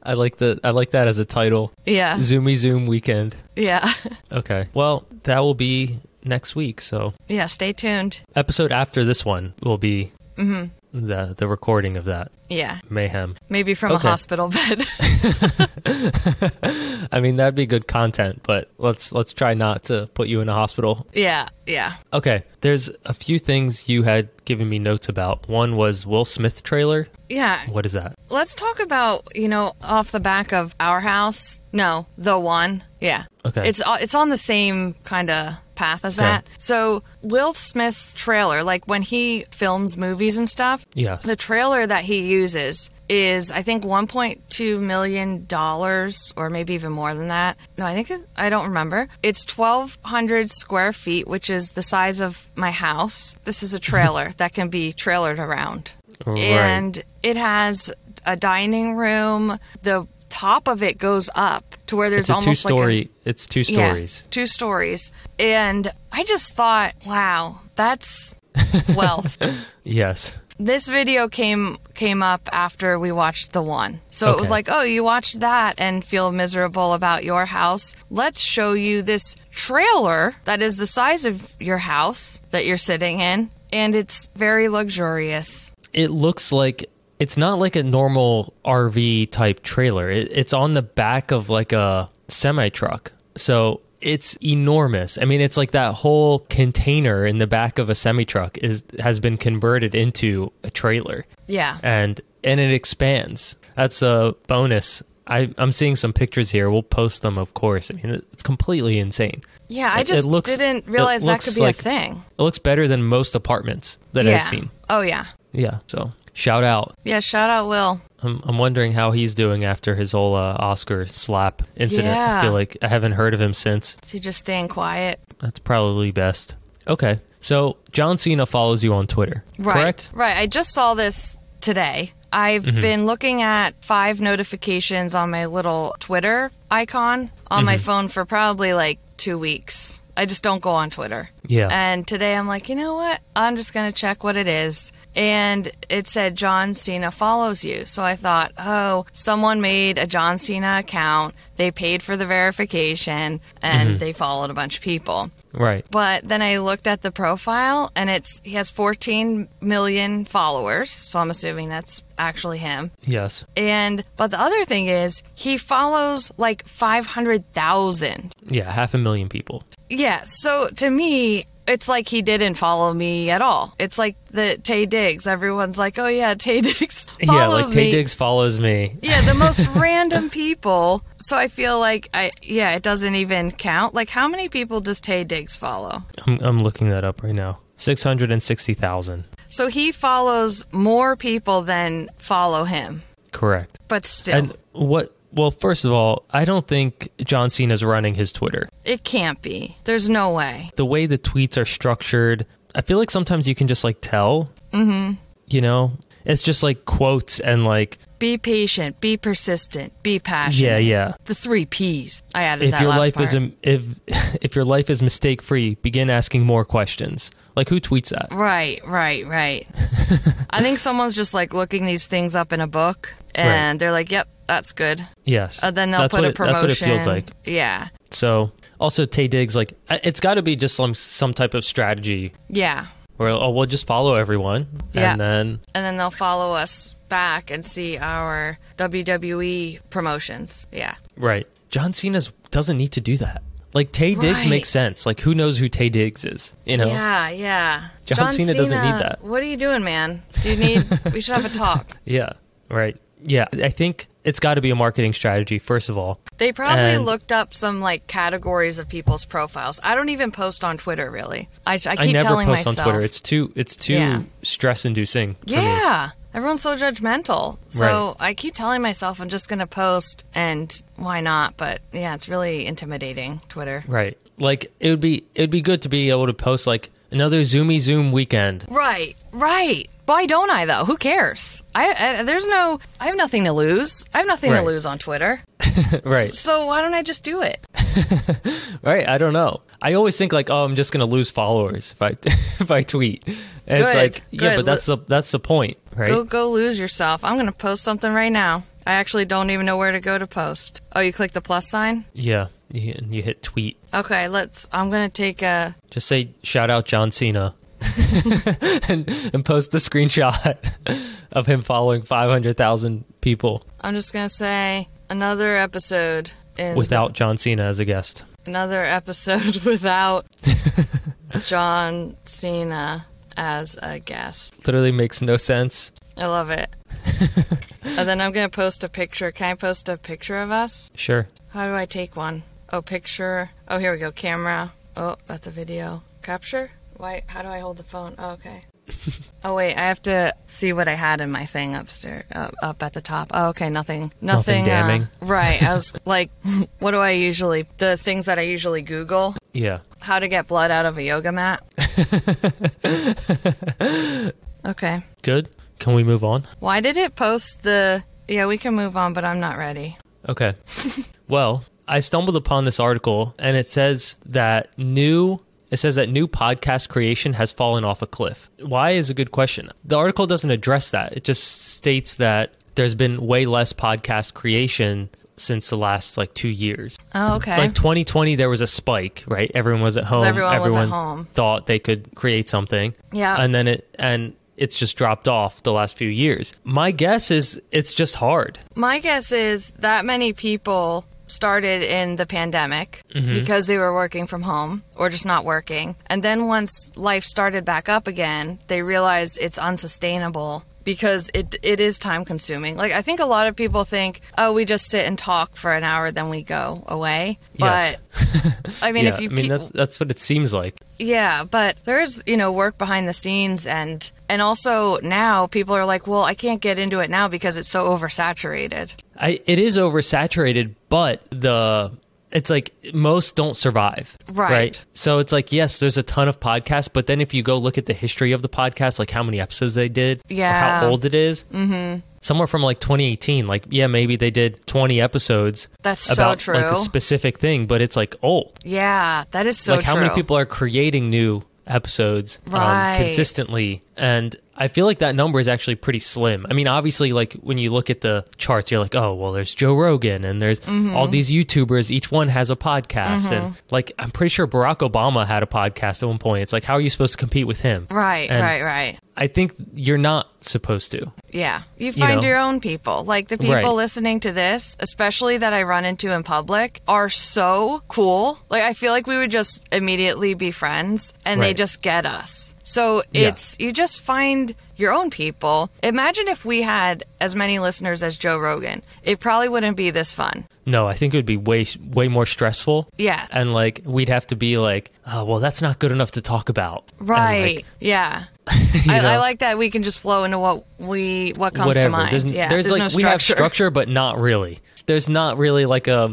Speaker 1: I like the I like that as a title.
Speaker 2: Yeah.
Speaker 1: Zoomy Zoom weekend.
Speaker 2: Yeah. *laughs*
Speaker 1: Okay. Well, that will be next week. So
Speaker 2: Yeah. Stay tuned.
Speaker 1: episode after this one will be
Speaker 2: Mm-hmm.
Speaker 1: the the recording of that
Speaker 2: Yeah.
Speaker 1: mayhem.
Speaker 2: Maybe from
Speaker 1: Okay.
Speaker 2: a hospital bed. *laughs*
Speaker 1: I mean that'd be good content, but let's let's try not to put you in a hospital.
Speaker 2: yeah. Yeah.
Speaker 1: Okay. There's a few things you had given me notes about. One was Will Smith trailer.
Speaker 2: Yeah.
Speaker 1: What is that?
Speaker 2: Let's talk about, you know, off the back of our house. No, the one. Yeah.
Speaker 1: Okay.
Speaker 2: It's o- it's on the same kind of path as
Speaker 1: Okay.
Speaker 2: that. So, Will Smith's trailer, like when he films movies and stuff,
Speaker 1: Yes.
Speaker 2: the trailer that he uses is I think 1.2 million dollars or maybe even more than that. No, I think it's, I don't remember. It's 1200 square feet, which is the size of my house. This
Speaker 1: *laughs*
Speaker 2: is a trailer that can be trailered around.
Speaker 1: Right.
Speaker 2: And it has a dining room. The top of it goes up to where there's
Speaker 1: it's a two
Speaker 2: almost like
Speaker 1: story.
Speaker 2: a
Speaker 1: it's two
Speaker 2: yeah,
Speaker 1: stories.
Speaker 2: two stories. And I just thought, wow,
Speaker 1: *laughs*
Speaker 2: that's wealth.
Speaker 1: Yes.
Speaker 2: this video came came up after we watched the one. So it was
Speaker 1: Okay.
Speaker 2: like, oh, you watched that and feel miserable about your house. Let's show you this trailer that is the size of your house that you're sitting in and it's very luxurious.
Speaker 1: It looks like it's not like a normal RV type trailer. It, it's on the back of like a semi truck. So it's enormous. I mean, it's like that whole container in the back of a semi truck is has been converted into a trailer.
Speaker 2: Yeah.
Speaker 1: and and it expands. That's a bonus. I, I'm seeing some pictures here. We'll post them, of course. I mean, it's completely insane.
Speaker 2: Yeah, I
Speaker 1: It- it
Speaker 2: just
Speaker 1: looks-
Speaker 2: didn't
Speaker 1: it
Speaker 2: realize that
Speaker 1: looks
Speaker 2: could be
Speaker 1: like-
Speaker 2: a thing.
Speaker 1: It looks better than most apartments that
Speaker 2: yeah.
Speaker 1: I've seen.
Speaker 2: Oh yeah.
Speaker 1: Yeah. So shout out.
Speaker 2: Yeah, shout out Will.
Speaker 1: I'm, I'm wondering how he's doing after his whole uh, Oscar slap incident. I
Speaker 2: Yeah.
Speaker 1: feel like I haven't heard of him since.
Speaker 2: Is he just staying quiet?
Speaker 1: That's probably best. Okay. So John Cena follows you on Twitter,
Speaker 2: Right.
Speaker 1: correct? Mm-hmm.
Speaker 2: Right. I just saw this today. I've been looking at five notifications on my little Twitter icon on
Speaker 1: Mm-hmm.
Speaker 2: my phone for probably like two weeks. I just don't go on Twitter.
Speaker 1: Yeah.
Speaker 2: And today I'm like, you know what? I'm just going to check what it is. And it said John Cena follows you. So I thought, oh, someone made a John Cena account. They paid for the verification and
Speaker 1: Mm-hmm.
Speaker 2: they followed a bunch of people.
Speaker 1: Right.
Speaker 2: But then I looked at the profile and it's he has 14 million followers, so I'm assuming that's actually him.
Speaker 1: Yes.
Speaker 2: And but the other thing is he follows like 500,000.
Speaker 1: Yeah. Half a million people.
Speaker 2: Yeah, so to me it's like he didn't follow me at all. It's like the Tay Diggs. Everyone's like, "Oh yeah, Tay Diggs
Speaker 1: *laughs*
Speaker 2: follows
Speaker 1: yeah. Like
Speaker 2: me."
Speaker 1: Tay Diggs follows me.
Speaker 2: Yeah,
Speaker 1: *laughs*
Speaker 2: the most random people. So I feel like I yeah, it doesn't even count. Like how many people does Tay Diggs follow?
Speaker 1: I'm, I'm looking that up right now. 660,000.
Speaker 2: So he follows more people than follow him,
Speaker 1: Correct.
Speaker 2: but still,
Speaker 1: And what, well, first of all, I don't think John Cena's running his Twitter.
Speaker 2: it can't be. There's no way.
Speaker 1: The way the tweets are structured, I feel like sometimes you can just like tell. Mm-hmm. You know? It's just like quotes and like,
Speaker 2: Be patient, be persistent, be passionate.
Speaker 1: yeah, yeah.
Speaker 2: The three P's. I added
Speaker 1: If
Speaker 2: that
Speaker 1: your
Speaker 2: last
Speaker 1: life
Speaker 2: part.
Speaker 1: is a, if *laughs* if your life is mistake free, begin asking more questions. Like who tweets that?
Speaker 2: right, right,
Speaker 1: *laughs*
Speaker 2: right. I think someone's just like looking these things up in a book, and they're like, "Yep, that's good."
Speaker 1: Yes.
Speaker 2: And Uh, then they'll
Speaker 1: that's
Speaker 2: put
Speaker 1: what
Speaker 2: a
Speaker 1: it-
Speaker 2: promotion.
Speaker 1: That's what it feels like.
Speaker 2: Yeah,
Speaker 1: So also Tay Diggs, like I- it's got to be just some some type of strategy
Speaker 2: yeah.
Speaker 1: Or oh, we'll just follow everyone,
Speaker 2: Yeah.
Speaker 1: and then
Speaker 2: And then they'll follow us back and see our WWE promotions. Yeah.
Speaker 1: right. John Cena doesn't need to do that. Like Tay Diggs
Speaker 2: Right.
Speaker 1: makes sense. Like who knows who Tay Diggs is? You know,
Speaker 2: Yeah, yeah.
Speaker 1: John Cena doesn't need that.
Speaker 2: What are you doing, man? Do you
Speaker 1: *laughs*
Speaker 2: need? we should have a talk.
Speaker 1: Yeah. right, yeah. I think it's got to be a marketing strategy first of all.
Speaker 2: They probably
Speaker 1: And-
Speaker 2: looked up some like categories of people's profiles. I don't even post on Twitter really. I, I keep
Speaker 1: I never
Speaker 2: telling
Speaker 1: post
Speaker 2: myself.
Speaker 1: on Twitter. It's too it's too
Speaker 2: Yeah.
Speaker 1: stress inducing.
Speaker 2: yeah. Everyone's so judgmental. So I keep telling myself I'm just going to post and why not? But yeah, it's really intimidating, Twitter.
Speaker 1: Right, like it would be it would be good to be able to post like another Zoomy Zoom
Speaker 2: *laughs*
Speaker 1: weekend.
Speaker 2: Right, right. Why don't I though? Who cares? I, I there's no I have nothing to lose. I have nothing
Speaker 1: Right.
Speaker 2: to lose on Twitter.
Speaker 1: Right,
Speaker 2: So why don't I just do it?
Speaker 1: right. I don't know. I always think like, oh, I'm just gonna lose followers if I *laughs* if I tweet. And it's
Speaker 2: Good,
Speaker 1: like, yeah,
Speaker 2: good.
Speaker 1: but that's the that's the point, right?
Speaker 2: Go go lose yourself. I'm gonna post something right now. I actually don't even know where to go to post. Oh, you click the plus sign?
Speaker 1: Yeah, you hit, you hit tweet.
Speaker 2: Okay, let's I'm gonna take a
Speaker 1: Just say shout out John Cena, *laughs* and and post the screenshot *laughs* of him following five hundred thousand people
Speaker 2: I'm just gonna say another episode in
Speaker 1: without John Cena as a guest.
Speaker 2: another episode *laughs*
Speaker 1: *laughs*
Speaker 2: without John Cena as a guest.
Speaker 1: Literally makes no sense.
Speaker 2: I
Speaker 1: *laughs*
Speaker 2: love it. and then I'm gonna post a picture. Can I post a picture of us?
Speaker 1: Sure.
Speaker 2: How do I take one? Oh, picture.
Speaker 1: *laughs*
Speaker 2: Oh, here we go. Camera. Oh, that's a video. Capture? Why? How do I hold the phone? Oh, okay. Oh wait, I have to see what I had in my thing upstairs, uh, up at the top. Oh, okay, nothing,
Speaker 1: Nothing
Speaker 2: nothing,
Speaker 1: damning.
Speaker 2: uh, *laughs* right? I was like, *laughs* what do I usually? The things that I usually Google:
Speaker 1: Yeah.
Speaker 2: how to get blood out of a
Speaker 1: *laughs*
Speaker 2: yoga mat. okay,
Speaker 1: Good. Can we move on?
Speaker 2: why did it post the? Yeah, we can move on, but I'm not ready.
Speaker 1: Okay. *laughs* well, I stumbled upon this article and it says that new it says that new podcast creation has fallen off a cliff. Why is a good question. The article doesn't address that. It just states that there's been way less podcast creation since the last like 2 years.
Speaker 2: Oh, okay.
Speaker 1: Like 2020 there was a spike, right? Everyone was at home.
Speaker 2: everyone was at home. Oh.
Speaker 1: thought they could create something.
Speaker 2: Yeah.
Speaker 1: And then it and it's just dropped off the last few years. My guess is it's just hard.
Speaker 2: My guess is that many people started in the pandemic
Speaker 1: Mm-hmm.
Speaker 2: because they were working from home or just not working. And then once life started back up again, they realized it's unsustainable because it it is time consuming. Like I think a lot of people think, "Oh, we just sit and talk for an hour then we go away."
Speaker 1: Yes.
Speaker 2: But *laughs* I mean,
Speaker 1: yeah,
Speaker 2: if you
Speaker 1: I mean
Speaker 2: pe-
Speaker 1: that's that's what it seems like.
Speaker 2: yeah, but there's, you know, work behind the scenes and and also now people are like, "Well, I can't get into it now because it's so oversaturated."
Speaker 1: I it is oversaturated, but the it's like most don't survive.
Speaker 2: Right.
Speaker 1: So it's like yes, there's a ton of podcasts, but then if you go look at the history of the podcast, like how many episodes they did, or
Speaker 2: Yeah.
Speaker 1: how old it Mm-hmm. Somewhere from like 2018, like yeah, maybe they did 20 episodes.
Speaker 2: That's so
Speaker 1: about like
Speaker 2: true.
Speaker 1: the specific thing, but it's like old.
Speaker 2: Yeah, that is so
Speaker 1: like how many
Speaker 2: true.
Speaker 1: people are creating new episodes
Speaker 2: Right.
Speaker 1: um, consistently and i feel like that number is actually pretty slim i mean obviously like when you look at the charts you're like oh well there's joe rogan and there's
Speaker 2: Mm-hmm.
Speaker 1: all these youtubers each one has a podcast and like i'm pretty sure barack obama had a podcast at one point it's like how are you supposed to compete with him
Speaker 2: Right,
Speaker 1: And
Speaker 2: right, right.
Speaker 1: i think you're not supposed to
Speaker 2: Yeah. You find
Speaker 1: know?
Speaker 2: your own people. Like the people
Speaker 1: Right.
Speaker 2: listening to this, especially that I run into in public, are so cool. Like I feel like we would just immediately be friends and they
Speaker 1: Right.
Speaker 2: just get us. So
Speaker 1: Yeah.
Speaker 2: it's you just find your own people. Imagine if we had as many listeners as Joe Rogan. It probably wouldn't be this fun.
Speaker 1: no i think it would be way way more stressful
Speaker 2: Yeah.
Speaker 1: and like we'd have to be like oh well that's not good enough to talk about And, like,
Speaker 2: Right. yeah.
Speaker 1: *laughs*
Speaker 2: I, I
Speaker 1: know?
Speaker 2: like that we can just flow into what we what comes
Speaker 1: whatever.
Speaker 2: to mind.
Speaker 1: There's,
Speaker 2: yeah.
Speaker 1: there's, like we have structure, but not really. There's not really like um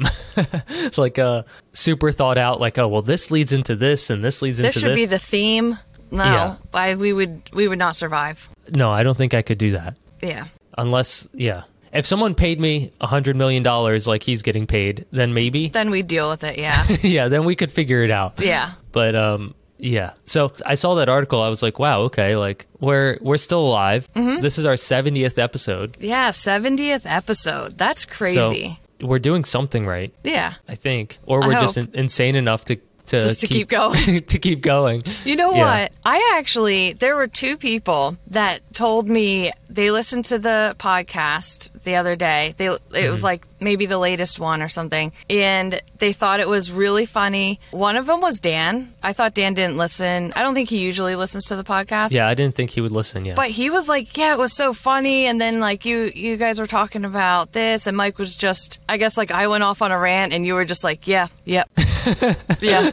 Speaker 1: *laughs* like a super thought out like oh well this leads into this and this leads
Speaker 2: this
Speaker 1: into
Speaker 2: should
Speaker 1: this.
Speaker 2: be the theme. No,
Speaker 1: Yeah.
Speaker 2: I, we would we would not survive.
Speaker 1: no, I don't think I could do that
Speaker 2: Yeah,
Speaker 1: unless yeah. If someone paid me a hundred million dollars like he's getting paid, then maybe *laughs*
Speaker 2: then we deal with it. Yeah,
Speaker 1: yeah, then we could figure it out.
Speaker 2: yeah,
Speaker 1: But um yeah. So I saw that article. I was like, wow, okay, like we're we're still alive.
Speaker 2: Mm-hmm.
Speaker 1: This is our 70th episode.
Speaker 2: yeah. Seventieth episode. That's crazy.
Speaker 1: So we're doing something right.
Speaker 2: yeah.
Speaker 1: I think, or we're just
Speaker 2: hope.
Speaker 1: in- insane enough to to,
Speaker 2: Just to keep going.
Speaker 1: *laughs* to keep going.
Speaker 2: You know
Speaker 1: Yeah.
Speaker 2: what? I actually there were two people that told me they listened to the podcast the other day. They it
Speaker 1: Mm-hmm.
Speaker 2: was like maybe the latest one or something, and they thought it was really funny. One of them was Dan. I thought Dan didn't listen. I don't think he usually listens to the podcast.
Speaker 1: Yeah, I didn't think he would listen. Yeah,
Speaker 2: but he was like yeah it was so funny and then like you you guys were talking about this and mike was just i guess like i went off on a rant and you were just like yeah
Speaker 1: *laughs*
Speaker 2: yep yeah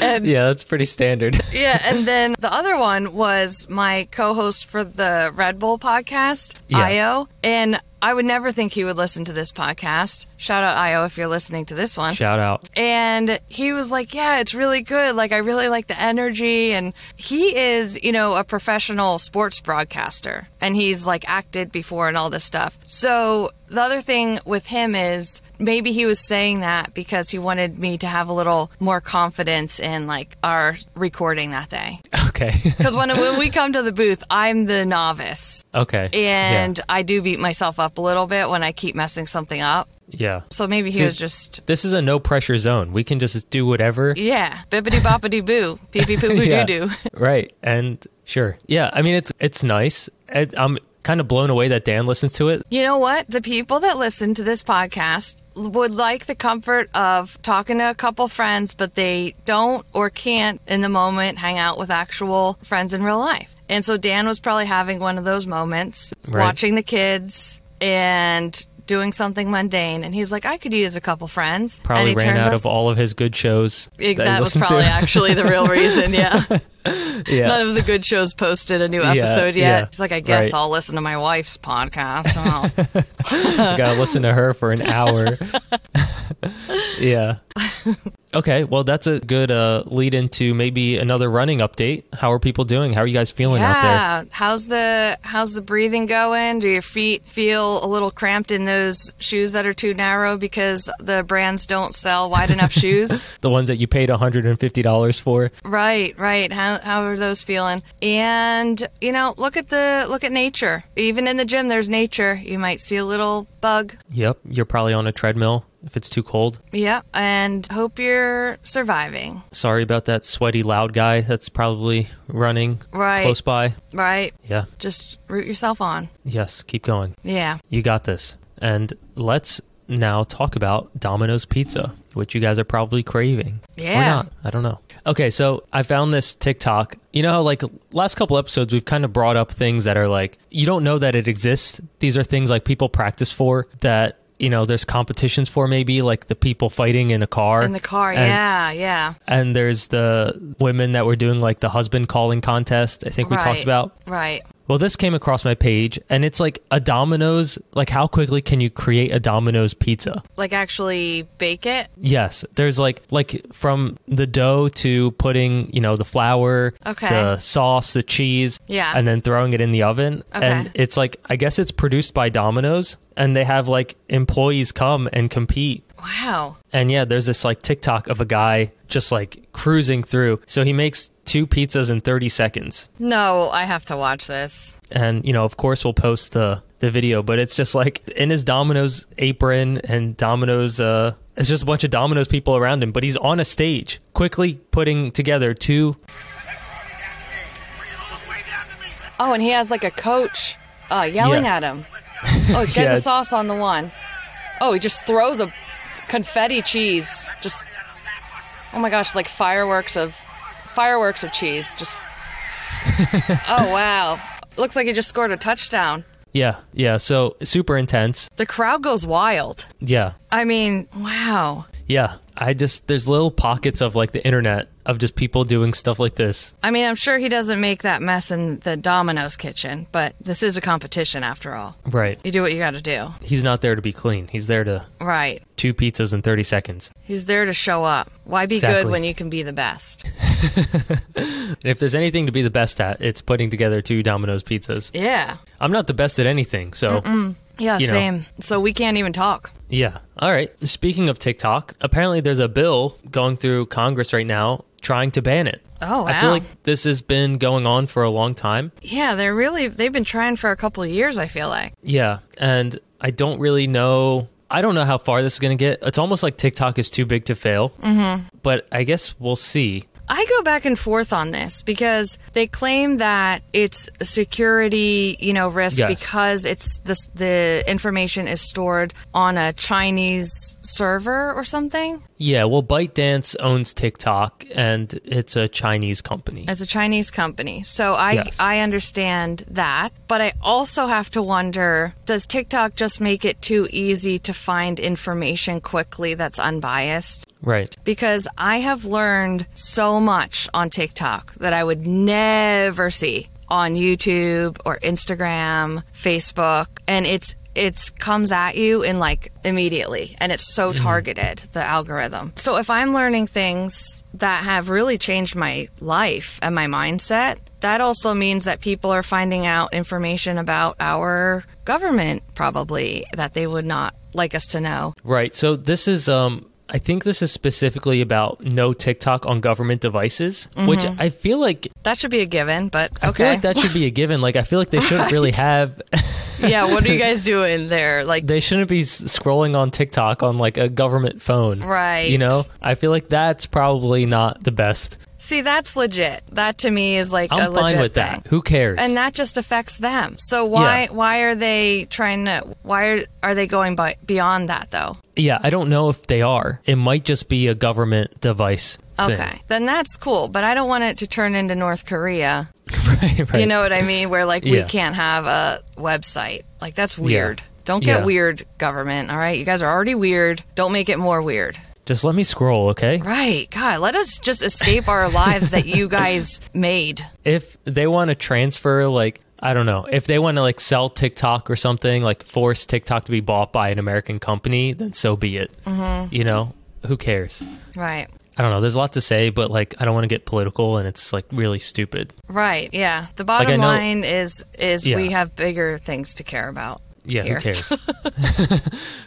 Speaker 2: and yeah.
Speaker 1: yeah, that's pretty
Speaker 2: *laughs*
Speaker 1: standard.
Speaker 2: and then the other one was my co-host for the red bull podcast
Speaker 1: Yeah.
Speaker 2: io and i would never think he would listen to this podcast shout out io if you're listening to this one
Speaker 1: Shout out. *laughs*
Speaker 2: and he was like, Yeah, it's really good. Like, I really like the energy. And he is, you know, a professional sports broadcaster and he's like acted before and all this stuff. So, the other thing with him is maybe he was saying that because he wanted me to have a little more confidence in like our recording that day.
Speaker 1: Okay. *laughs*
Speaker 2: Because when, when we come to the booth, I'm the novice
Speaker 1: okay.
Speaker 2: and I do beat myself up a little bit when I keep messing something up.
Speaker 1: yeah. yeah.
Speaker 2: So maybe he
Speaker 1: See-
Speaker 2: was just
Speaker 1: This is a no pressure zone. We can just do whatever.
Speaker 2: Yeah, bibbity boppity boo, pee pee poo
Speaker 1: *laughs*
Speaker 2: poo
Speaker 1: Yeah.
Speaker 2: doo *laughs* doo.
Speaker 1: right. And sure. Yeah. I mean, it's it's nice. I, I'm kind of blown away that Dan listens to it.
Speaker 2: You know what? The people that listen to this podcast would like the comfort of talking to a couple friends, but they don't or can't in the moment hang out with actual friends in real life. And so Dan was probably having one of those moments,
Speaker 1: Right.
Speaker 2: watching the kids and doing something mundane. And he's like, I could use a couple friends. and
Speaker 1: Probably
Speaker 2: he
Speaker 1: ran
Speaker 2: turned
Speaker 1: out
Speaker 2: us-
Speaker 1: of all of his good shows.
Speaker 2: It-
Speaker 1: he
Speaker 2: that
Speaker 1: *laughs*
Speaker 2: was
Speaker 1: listens to. *laughs*
Speaker 2: probably actually the real reason, yeah.
Speaker 1: Yeah.
Speaker 2: None of the good shows posted a new
Speaker 1: Yeah,
Speaker 2: episode
Speaker 1: yeah.
Speaker 2: yet. It's like, I guess
Speaker 1: Right.
Speaker 2: I'll listen to my wife's podcast.
Speaker 1: *laughs*
Speaker 2: And I'll
Speaker 1: Gotta listen to her for an hour. yeah. Okay, well, that's a good uh, lead into maybe another running update. How are people doing? How are you guys feeling out there?
Speaker 2: Yeah. How's the how's the breathing going? Do your feet feel a little cramped in those shoes that are too narrow because the brands don't sell wide
Speaker 1: *laughs*
Speaker 2: enough shoes?
Speaker 1: The ones that you paid $150 for?
Speaker 2: Right, right. How how are those feeling? And you know, look at the look at nature. Even in the gym there's nature. You might see a little bug.
Speaker 1: Yep, you're probably on a treadmill if it's too cold.
Speaker 2: Yeah. And hope you're surviving.
Speaker 1: Sorry about that sweaty, loud guy that's probably running
Speaker 2: Right.
Speaker 1: close by.
Speaker 2: Right?
Speaker 1: Yeah,
Speaker 2: Just root yourself on.
Speaker 1: yes, keep going.
Speaker 2: Yeah.
Speaker 1: You got this. And let's now talk about Domino's Pizza, which you guys are probably craving. Or
Speaker 2: Yeah.
Speaker 1: not. I don't know. Okay, so I found this TikTok. You know how, like, last couple episodes, we've kind of brought up things that are like, you don't know that it exists. These are things like people practice for that, you know, there's competitions for maybe, like the people fighting in a car.
Speaker 2: In the car.
Speaker 1: And-
Speaker 2: yeah, yeah.
Speaker 1: And there's the women that were doing, like, the husband calling contest, I think we talked
Speaker 2: Right.
Speaker 1: about.
Speaker 2: Right.
Speaker 1: Well, this came across my page, and it's like a Domino's. Like, how quickly can you create a Domino's pizza?
Speaker 2: Like actually bake it.
Speaker 1: Yes, there's like like from the dough to putting, you know, the flour,
Speaker 2: Okay.
Speaker 1: the sauce, the cheese,
Speaker 2: Yeah.
Speaker 1: and then throwing it in the oven.
Speaker 2: Okay.
Speaker 1: And it's like I guess it's produced by Domino's, and they have like employees come and compete.
Speaker 2: Wow.
Speaker 1: And yeah, there's this like TikTok of a guy just like cruising through. So he makes two pizzas in 30 seconds.
Speaker 2: No, I have to watch this.
Speaker 1: and you know of course we'll post the the video but it's just like in his domino's apron and domino's uh it's just a bunch of domino's people around him but he's on a stage quickly putting together two
Speaker 2: Oh, and he has like a coach uh, yelling
Speaker 1: Yes.
Speaker 2: at him. Oh,
Speaker 1: *laughs*
Speaker 2: he's getting
Speaker 1: Yeah,
Speaker 2: the
Speaker 1: it's-
Speaker 2: sauce on the one. Oh, he just throws a confetti cheese. Just oh my gosh, like fireworks of fireworks of
Speaker 1: *laughs*
Speaker 2: cheese. Just oh wow, looks like he just scored a touchdown.
Speaker 1: yeah yeah so super intense
Speaker 2: The crowd goes wild.
Speaker 1: yeah
Speaker 2: I mean, wow.
Speaker 1: yeah i just there's little pockets of like the internet of just people doing stuff like this
Speaker 2: I mean, I'm sure he doesn't make that mess in the Domino's kitchen, but this is a competition after all.
Speaker 1: right
Speaker 2: You do what you got to do.
Speaker 1: he's not there to be clean he's there to
Speaker 2: Right.
Speaker 1: two pizzas in 30 seconds
Speaker 2: He's there to show up. Why be
Speaker 1: Exactly.
Speaker 2: good when you can be the best?
Speaker 1: and if there's anything to be the best at it's putting together two domino's pizzas
Speaker 2: Yeah.
Speaker 1: i'm not the best at anything so
Speaker 2: Yeah,
Speaker 1: You know.
Speaker 2: same. So we can't even talk.
Speaker 1: Yeah. All right. Speaking of TikTok, apparently there's a bill going through Congress right now trying to ban it.
Speaker 2: Oh,
Speaker 1: I feel
Speaker 2: wow.
Speaker 1: like this has been going on for a long time.
Speaker 2: Yeah, they're really they've been trying for a couple of years, I feel like.
Speaker 1: Yeah. And I don't really know. I don't know how far this is going to get. It's almost like TikTok is too big to fail. Mm-hmm. But I guess we'll see.
Speaker 2: I go back and forth on this because they claim that it's a security, you know, risk
Speaker 1: Yes.
Speaker 2: because it's the the information is stored on a Chinese server or something.
Speaker 1: Yeah. Well, ByteDance owns TikTok and it's a Chinese company.
Speaker 2: It's a Chinese company. So I
Speaker 1: Yes.
Speaker 2: I understand that, but I also have to wonder, does TikTok just make it too easy to find information quickly that's unbiased?
Speaker 1: Right.
Speaker 2: because I have learned so much on TikTok that I would never see on YouTube or Instagram, Facebook, and it's it's comes at you in like immediately and it's so
Speaker 1: Mm-hmm.
Speaker 2: targeted the algorithm. So if I'm learning things that have really changed my life and my mindset, that also means that people are finding out information about our government probably that they would not like us to know.
Speaker 1: Right. So this is um I think this is specifically about no TikTok on government devices, which
Speaker 2: Mm-hmm.
Speaker 1: I feel like
Speaker 2: That should be a given, but okay.
Speaker 1: I feel like that should be a given. Like I feel like they
Speaker 2: *laughs*
Speaker 1: shouldn't really have.
Speaker 2: yeah, what are
Speaker 1: *laughs*
Speaker 2: you guys doing there? Like,
Speaker 1: They shouldn't be s- scrolling on TikTok on like a government phone,
Speaker 2: Right.
Speaker 1: You know, I feel like that's probably not the best.
Speaker 2: see, that's legit. That to me is like
Speaker 1: I'm
Speaker 2: a
Speaker 1: fine
Speaker 2: legit
Speaker 1: with that.
Speaker 2: thing.
Speaker 1: Who cares?
Speaker 2: And that just affects them. So why
Speaker 1: Yeah.
Speaker 2: why are they trying to? Why are, are they going by, beyond that though?
Speaker 1: yeah, I don't know if they are. It might just be a government device. Thing.
Speaker 2: Okay, then that's cool. But I don't want it to turn into North Korea.
Speaker 1: *laughs* right, right.
Speaker 2: You know what I mean? Where like we
Speaker 1: Yeah.
Speaker 2: can't have a website. Like that's weird. Don't get
Speaker 1: Yeah.
Speaker 2: weird, government. All right, you guys are already weird. Don't make it more weird.
Speaker 1: Just let me scroll, okay?
Speaker 2: Right. God, let us just escape our lives that
Speaker 1: *laughs*
Speaker 2: you guys made.
Speaker 1: If they want to transfer, like, I don't know, if they want to like sell TikTok or something, like force TikTok to be bought by an American company, then so be it.
Speaker 2: Mm-hmm.
Speaker 1: You know, who cares?
Speaker 2: Right.
Speaker 1: I don't know. There's a lot to say, but like, I don't want to get political and it's like really stupid.
Speaker 2: Right. Yeah. The bottom
Speaker 1: know-
Speaker 2: line is is we
Speaker 1: Yeah.
Speaker 2: have bigger things to care about.
Speaker 1: Yeah, who
Speaker 2: here.
Speaker 1: cares? *laughs*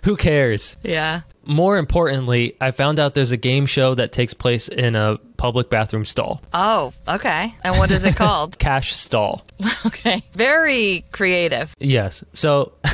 Speaker 1: who cares?
Speaker 2: Yeah.
Speaker 1: More importantly, I found out there's a game show that takes place in a public bathroom stall,
Speaker 2: Oh, okay. And what is
Speaker 1: *laughs*
Speaker 2: it called?
Speaker 1: cash stall.
Speaker 2: *laughs* okay. Very creative.
Speaker 1: Yes. So *laughs* I, I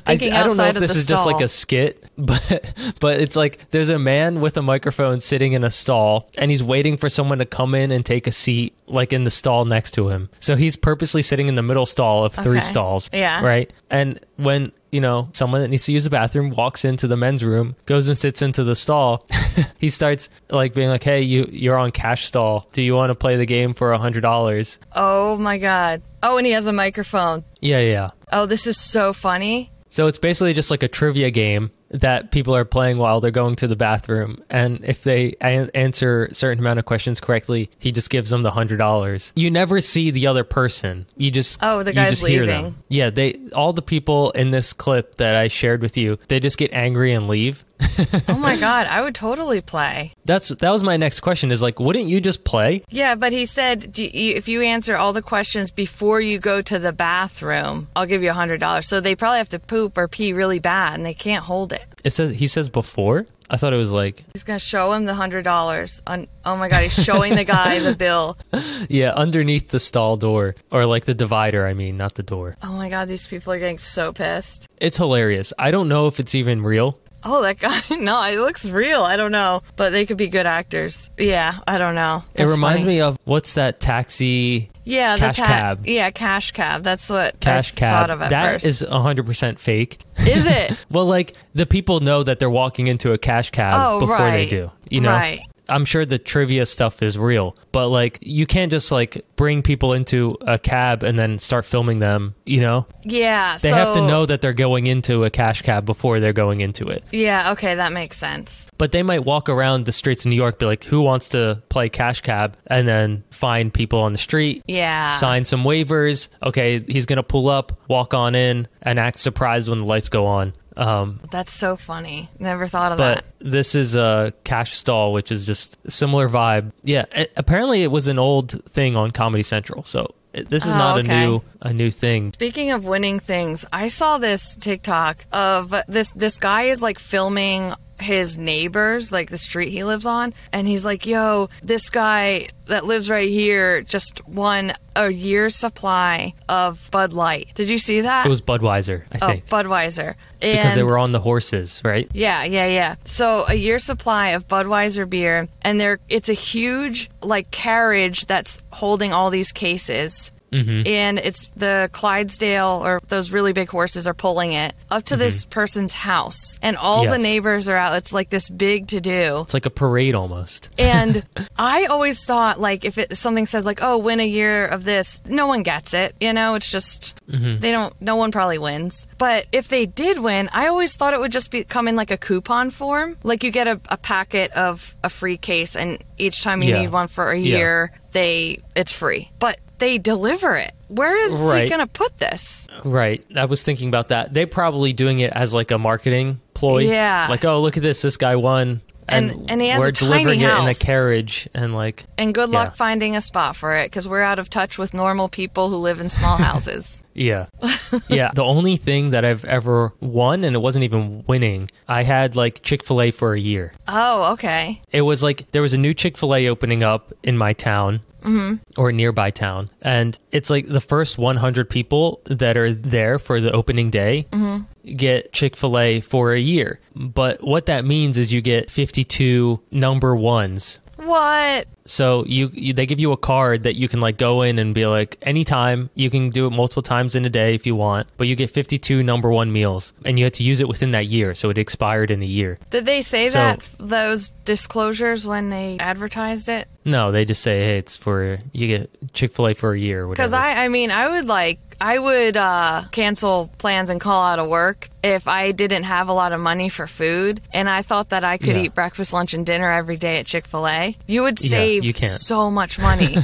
Speaker 2: Thinking
Speaker 1: don't know
Speaker 2: outside
Speaker 1: if
Speaker 2: of
Speaker 1: this
Speaker 2: the
Speaker 1: is just like a skit, *laughs* but but it's like there's a man with a microphone sitting in a stall and he's waiting for someone to come in and take a seat like in the stall next to him. So he's purposely sitting in the middle stall of three
Speaker 2: Okay.
Speaker 1: stalls.
Speaker 2: Yeah.
Speaker 1: Right? And when you know, someone that needs to use the bathroom walks into the men's room, goes and sits into the stall. *laughs* he starts like being like, "Hey, you you're on cash stall. Do you want to play the game for a hundred dollars?"
Speaker 2: Oh my god. Oh, and he has a microphone.
Speaker 1: Yeah, yeah, yeah.
Speaker 2: Oh, this is so funny.
Speaker 1: So it's basically just like a trivia game that people are playing while they're going to the bathroom. And if they an- answer a certain amount of questions correctly, he just gives them the hundred dollars. You never see the other person. You just
Speaker 2: Oh, the
Speaker 1: you
Speaker 2: guy's
Speaker 1: just hear them.
Speaker 2: leaving.
Speaker 1: Yeah, they all the people in this clip that I shared with you, they just get angry and leave. *laughs*
Speaker 2: Oh my god, I would totally play.
Speaker 1: That's that was my next question. Is like, wouldn't you just play?
Speaker 2: Yeah, but he said do you, if you answer all the questions before you go to the bathroom, I'll give you a hundred dollars. So they probably have to poop or pee really bad, and they can't hold it.
Speaker 1: It says he says before. I thought it was like
Speaker 2: He's gonna show him the hundred dollars. On oh my god, he's showing the
Speaker 1: *laughs*
Speaker 2: guy the bill.
Speaker 1: yeah underneath the stall door or like the divider. I mean, not the door.
Speaker 2: Oh my god, these people are getting so pissed.
Speaker 1: It's hilarious. I don't know if it's even real.
Speaker 2: Oh, that *laughs* guy. No, it looks real. I don't know, but they could be good actors. Yeah, I don't know.
Speaker 1: It reminds me of what's that taxi
Speaker 2: Yeah,
Speaker 1: Cash
Speaker 2: the ta-
Speaker 1: cab.
Speaker 2: Yeah, cash cab. That's what
Speaker 1: cash
Speaker 2: I
Speaker 1: cab?
Speaker 2: thought of at
Speaker 1: That
Speaker 2: first.
Speaker 1: is 100% fake. *laughs*
Speaker 2: is it?
Speaker 1: Well, like the people know that they're walking into a cash cab
Speaker 2: Oh,
Speaker 1: before they
Speaker 2: right.
Speaker 1: do. You know,
Speaker 2: Right.
Speaker 1: I'm sure the trivia stuff is real, but like you can't just like bring people into a cab and then start filming them. You know,
Speaker 2: Yeah.
Speaker 1: they
Speaker 2: so,
Speaker 1: have to know that they're going into a cash cab before they're going into it.
Speaker 2: Yeah. Okay, that makes sense.
Speaker 1: But they might walk around the streets of New York, be like, "Who wants to play cash cab?" and then find people on the street
Speaker 2: Yeah.
Speaker 1: sign some waivers. Okay, he's gonna pull up, walk on in, and act surprised when the lights go on. Um,
Speaker 2: That's so funny. Never thought of
Speaker 1: but
Speaker 2: that.
Speaker 1: this is a cash stall, which is just similar vibe. Yeah, a- apparently it was an old thing on Comedy Central, so it- this is
Speaker 2: Oh,
Speaker 1: not
Speaker 2: okay.
Speaker 1: a new a new thing.
Speaker 2: Speaking of winning things, I saw this TikTok of this this guy is like filming his neighbors, like the street he lives on, and he's like, "Yo, this guy that lives right here just won a year's supply of Bud Light." Did you see that?
Speaker 1: It was Budweiser, I
Speaker 2: oh,
Speaker 1: think,
Speaker 2: Budweiser.
Speaker 1: because they
Speaker 2: And-
Speaker 1: were on the horses, right?
Speaker 2: Yeah, yeah, yeah. So a year supply of Budweiser beer, and there it's a huge like carriage that's holding all these cases. And it's the Clydesdale or those really big horses are pulling it up to this person's house, and all the
Speaker 1: Yes.
Speaker 2: neighbors are out. It's like this big to do.
Speaker 1: It's like a parade almost.
Speaker 2: And I always thought, like, if it, something says, like, oh, win a year of this, no one gets it. You know, it's just,
Speaker 1: Mm-hmm.
Speaker 2: they don't, no one probably wins. But if they did win, I always thought it would just be, come in like a coupon form. Like, you get a, a packet of a free case, and each time you
Speaker 1: Yeah.
Speaker 2: need one for a
Speaker 1: Yeah.
Speaker 2: year, they, it's free. But they deliver it. Where is
Speaker 1: Right.
Speaker 2: he going to put this?
Speaker 1: Right. I was thinking about that. They're probably doing it as like a marketing ploy.
Speaker 2: Yeah.
Speaker 1: Like, oh, look at this. This guy won.
Speaker 2: And- and he has
Speaker 1: we're
Speaker 2: a tiny
Speaker 1: delivering it in a
Speaker 2: house.
Speaker 1: carriage. And like,
Speaker 2: And good
Speaker 1: Yeah.
Speaker 2: luck finding a spot for it because we're out of touch with normal people who live in small houses.
Speaker 1: *laughs* yeah. yeah. The only thing that I've ever won, and it wasn't even winning, I had like Chick fil A for a year.
Speaker 2: Oh, okay.
Speaker 1: It was like there was a new Chick fil A opening up in my town. Or nearby town. And it's like the first 100 people that are there for the opening day get Chick fil A for a year. But what that means is you get 52 number ones.
Speaker 2: What?
Speaker 1: So you, you they give you a card that you can like go in and be like anytime you can do it multiple times in a day if you want, but you get 52 number 1 meals and you had to use it within that year so it expired in a year.
Speaker 2: Did they say
Speaker 1: So-
Speaker 2: that those disclosures when they advertised it?
Speaker 1: No, they just say hey it's for you get Chick-fil-A for a year or whatever.
Speaker 2: Because I, I mean, I would like I would uh, cancel plans and call out of work if I didn't have a lot of money for food and I thought that I could
Speaker 1: Yeah.
Speaker 2: eat breakfast, lunch, and dinner every day at Chick fil A. You would
Speaker 1: Yeah,
Speaker 2: save
Speaker 1: you can't.
Speaker 2: so
Speaker 1: *laughs*
Speaker 2: much money.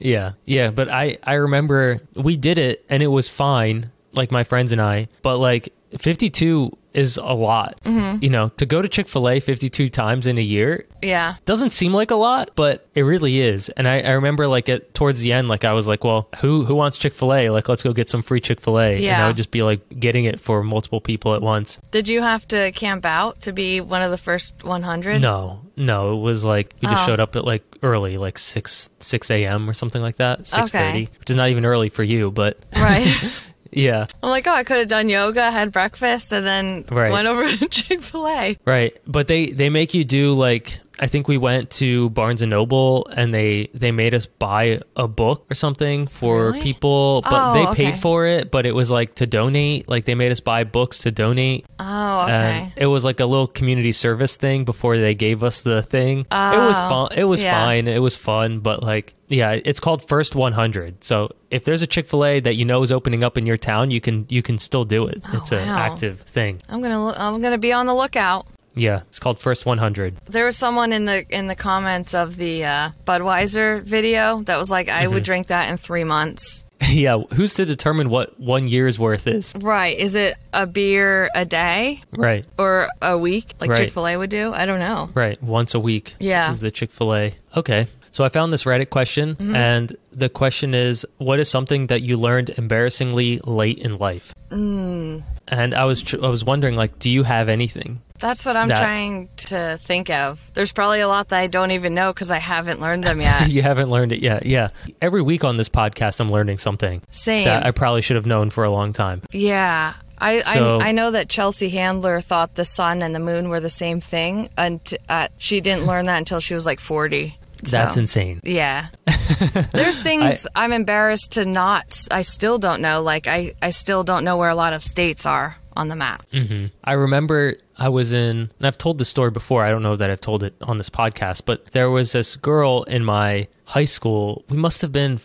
Speaker 1: Yeah, yeah, but I I remember we did it and it was fine, like my friends and I. But like fifty two is a lot, you know, to go to Chick fil A fifty two times in a year
Speaker 2: yeah.
Speaker 1: doesn't seem like a lot, but it really is. And I, I remember like at towards the end, like I was like, well, who who wants Chick fil A? Like let's go get some free Chick fil A. And
Speaker 2: Yeah.
Speaker 1: I would just be like getting it for multiple people at once.
Speaker 2: Did you have to camp out to be one of the first 100?
Speaker 1: No, no, it was like we just
Speaker 2: Oh.
Speaker 1: showed up at like early, like six six a.m. or something like that, six thirty,
Speaker 2: Okay.
Speaker 1: which is not even early for you, but
Speaker 2: *laughs* Right.
Speaker 1: yeah.
Speaker 2: I'm like, oh, I could have done yoga, had breakfast, and then
Speaker 1: Right.
Speaker 2: went over to *laughs* Chick fil A.
Speaker 1: Right, but they they make you do like I think we went to Barnes and Noble and they they made us buy a book or something for
Speaker 2: Really?
Speaker 1: people, but
Speaker 2: Oh,
Speaker 1: they paid
Speaker 2: okay.
Speaker 1: for it, but it was like to donate, like they made us buy books to donate.
Speaker 2: Oh,
Speaker 1: And
Speaker 2: okay.
Speaker 1: it was like a little community service thing before they gave us the thing. it was
Speaker 2: Oh,
Speaker 1: fun. It was
Speaker 2: yeah.
Speaker 1: fine. It was fun, but like, yeah, it's called First 100. So if there's a Chick Fil A that you know is opening up in your town, you can you can still do it. it's an
Speaker 2: Oh, wow.
Speaker 1: active thing.
Speaker 2: I'm gonna look, I'm gonna be on the lookout.
Speaker 1: Yeah, it's called First 100.
Speaker 2: There was someone in the in the comments of the uh, Budweiser video that was like, I
Speaker 1: Mm-hmm.
Speaker 2: would drink that in three months.
Speaker 1: *laughs* Yeah, who's to determine what one year's worth is?
Speaker 2: Right? Is it a beer a day
Speaker 1: Right,
Speaker 2: or a week, like
Speaker 1: Right.
Speaker 2: Chick Fil A would do? I don't know.
Speaker 1: right. Once a week.
Speaker 2: Yeah.
Speaker 1: Is the Chick fil A. Okay. So I found this Reddit question,
Speaker 2: Mm-hmm.
Speaker 1: and the question is What is something that you learned embarrassingly late in life? Mm. And I was, tr- I was wondering, like, do you have anything? *laughs*
Speaker 2: That's what I'm
Speaker 1: That-
Speaker 2: trying to think of. There's probably a lot that I don't even know because I haven't learned
Speaker 1: *laughs*
Speaker 2: them yet.
Speaker 1: You haven't learned it yet. Yeah. Every week on this podcast, I'm learning something
Speaker 2: Same.
Speaker 1: that I probably should have known for a long time.
Speaker 2: Yeah. I,
Speaker 1: So-
Speaker 2: I I know that Chelsea Handler thought the sun and the moon were the same thing, and uh, she didn't learn that until she was like forty.
Speaker 1: That's
Speaker 2: So,
Speaker 1: insane. *laughs*
Speaker 2: Yeah, there's things I, am embarrassed to not. I still don't know. Like I I still don't know where a lot of states are on the map.
Speaker 1: Mm. I remember I was in, and I've told this story before. I don't know that I've told it on this podcast, but there was this girl in my high school. We must have been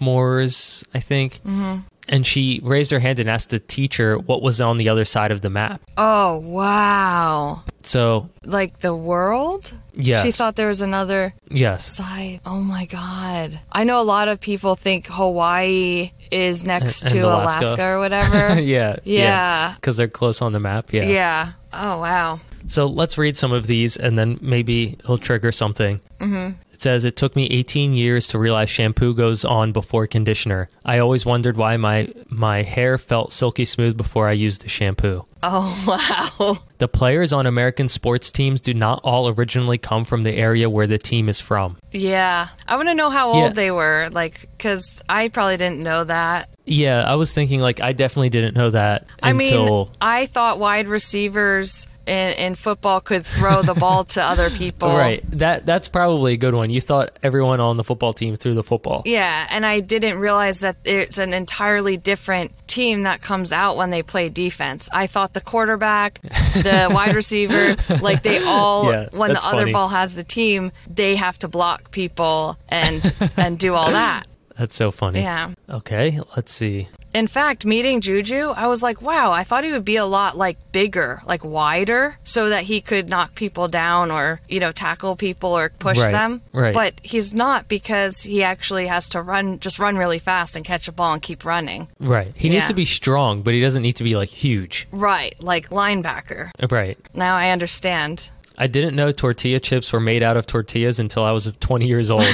Speaker 1: sophomores, I think. Mm-hmm. And she raised her hand and asked the teacher what was on the other side of the map.
Speaker 2: Oh wow!
Speaker 1: So,
Speaker 2: Like the world.
Speaker 1: Yes.
Speaker 2: She thought there was another
Speaker 1: yes.
Speaker 2: side. Oh my god! I know a lot of people think Hawaii is next
Speaker 1: And- and
Speaker 2: to
Speaker 1: Alaska.
Speaker 2: Alaska.
Speaker 1: *laughs*
Speaker 2: or whatever.
Speaker 1: Yeah.
Speaker 2: Yeah.
Speaker 1: Because they're close on the map. Yeah.
Speaker 2: Yeah. Oh wow.
Speaker 1: So let's read some of these and then maybe it'll trigger something. Mm-hmm. It says, It took me 18 years to realize shampoo goes on before conditioner. I always wondered why my, my hair felt silky smooth before I used the shampoo.
Speaker 2: Oh *laughs* wow.
Speaker 1: The players on American sports teams do not all originally come from the area where the team is from.
Speaker 2: Yeah. I want to know how old
Speaker 1: Yeah.
Speaker 2: they were like cuz I probably didn't know that.
Speaker 1: Yeah, I was thinking, like, I definitely didn't know that
Speaker 2: I
Speaker 1: until.
Speaker 2: mean, I thought wide receivers in, in football could throw the ball to
Speaker 1: *laughs*
Speaker 2: other people.
Speaker 1: Right. That that's probably a good one. You thought everyone on the football team threw the football.
Speaker 2: Yeah, and I didn't realize that it's an entirely different team that comes out when they play defense. I thought the quarterback, the
Speaker 1: *laughs*
Speaker 2: wide receiver, like they all
Speaker 1: Yeah,
Speaker 2: when the
Speaker 1: that's
Speaker 2: other
Speaker 1: funny.
Speaker 2: ball has the team, they have to block people and and do all
Speaker 1: *laughs*
Speaker 2: that.
Speaker 1: That's so funny.
Speaker 2: Yeah.
Speaker 1: Okay, let's see.
Speaker 2: In fact, meeting Juju, I was like, wow, I thought he would be a lot like bigger, like wider, so that he could knock people down or, you know, tackle people or push
Speaker 1: Right,
Speaker 2: them.
Speaker 1: right.
Speaker 2: But he's not because he actually has to run, just run really fast and catch a ball and keep running.
Speaker 1: Right. He
Speaker 2: Yeah.
Speaker 1: needs to be strong, but he doesn't need to be like huge.
Speaker 2: Right, like linebacker.
Speaker 1: Right.
Speaker 2: Now I understand. *laughs*
Speaker 1: I didn't know tortilla chips were made out of tortillas until I was 20 years
Speaker 2: *laughs*
Speaker 1: old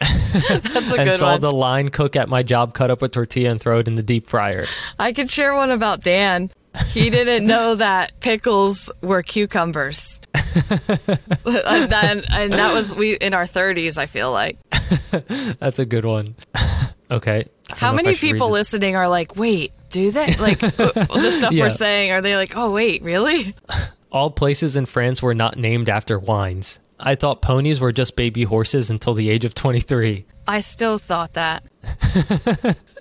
Speaker 2: That's a
Speaker 1: and
Speaker 2: good
Speaker 1: saw
Speaker 2: one.
Speaker 1: the line cook at my job cut up a tortilla and throw it in the deep
Speaker 2: *laughs*
Speaker 1: fryer.
Speaker 2: I could share one about Dan. He
Speaker 1: *laughs*
Speaker 2: didn't know that pickles were cucumbers. *laughs* and, then, and that was we in our 30s, I feel like.
Speaker 1: That's a good one. *laughs* okay. I don't
Speaker 2: How
Speaker 1: know if I
Speaker 2: many
Speaker 1: should read
Speaker 2: people
Speaker 1: this.
Speaker 2: listening are like, wait, do they?
Speaker 1: *laughs*
Speaker 2: Like, the stuff
Speaker 1: Yeah.
Speaker 2: we're saying, are they like, oh, wait, really?
Speaker 1: All places in France were not named after wines. I thought ponies were just baby horses until the age of 23.
Speaker 2: I still
Speaker 1: *laughs*
Speaker 2: thought that.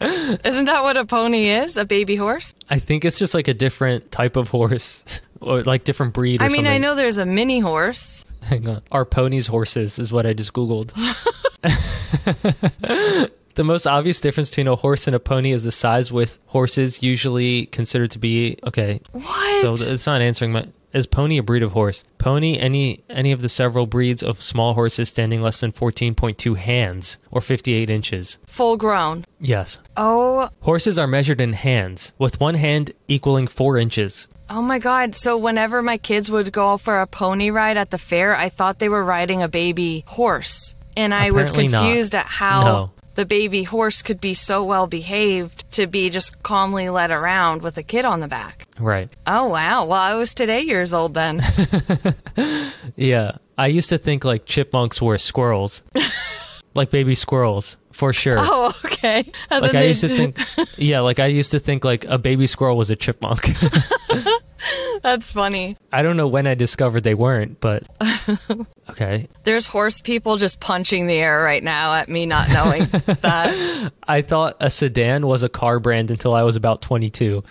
Speaker 2: Isn't that what a pony is? A baby horse?
Speaker 1: I think it's just like a different type of horse *laughs* or like different breed or
Speaker 2: I mean, I
Speaker 1: something.
Speaker 2: know there's a mini horse.
Speaker 1: *laughs* Hang on. Are ponies horses is what I just Googled. *laughs* The most obvious difference between a horse and a pony is the size, with horses usually considered to be okay.
Speaker 2: What?
Speaker 1: So th- it's not answering my. Is pony a breed of horse? Pony, any any of the several breeds of small horses standing less than fourteen point two hands or fifty eight inches.
Speaker 2: Full grown.
Speaker 1: Yes,
Speaker 2: Oh,
Speaker 1: horses are measured in hands, with one hand equaling four inches.
Speaker 2: oh my God. So whenever my kids would go for a pony ride at the fair, I thought they were riding a baby horse. And I was
Speaker 1: Apparently not.
Speaker 2: confused at how
Speaker 1: No.
Speaker 2: the baby horse could be so well behaved to be just calmly led around with a kid on the back.
Speaker 1: Right.
Speaker 2: Oh, wow. Well, I was today years old then. *laughs*
Speaker 1: Yeah, I used to think like chipmunks were
Speaker 2: *laughs*
Speaker 1: squirrels, like baby squirrels for sure.
Speaker 2: oh, okay. And
Speaker 1: like
Speaker 2: then
Speaker 1: I
Speaker 2: they
Speaker 1: used to
Speaker 2: do-
Speaker 1: think,
Speaker 2: *laughs*
Speaker 1: yeah, like I used to think like a baby squirrel was a chipmunk. *laughs*
Speaker 2: That's funny.
Speaker 1: I don't know when I discovered they weren't,
Speaker 2: *laughs*
Speaker 1: but okay.
Speaker 2: There's horse people just punching the air right now at me
Speaker 1: *laughs*
Speaker 2: not knowing that.
Speaker 1: I thought a sedan was a car brand until I was about 22.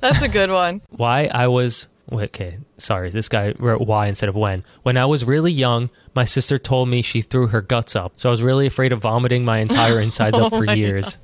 Speaker 2: That's a good one.
Speaker 1: Why I was wait, okay, sorry, this guy wrote why instead of when. When I was really young, my sister told me she threw her guts up, so I was really afraid of vomiting my
Speaker 2: *laughs*
Speaker 1: entire insides up
Speaker 2: Oh
Speaker 1: for years.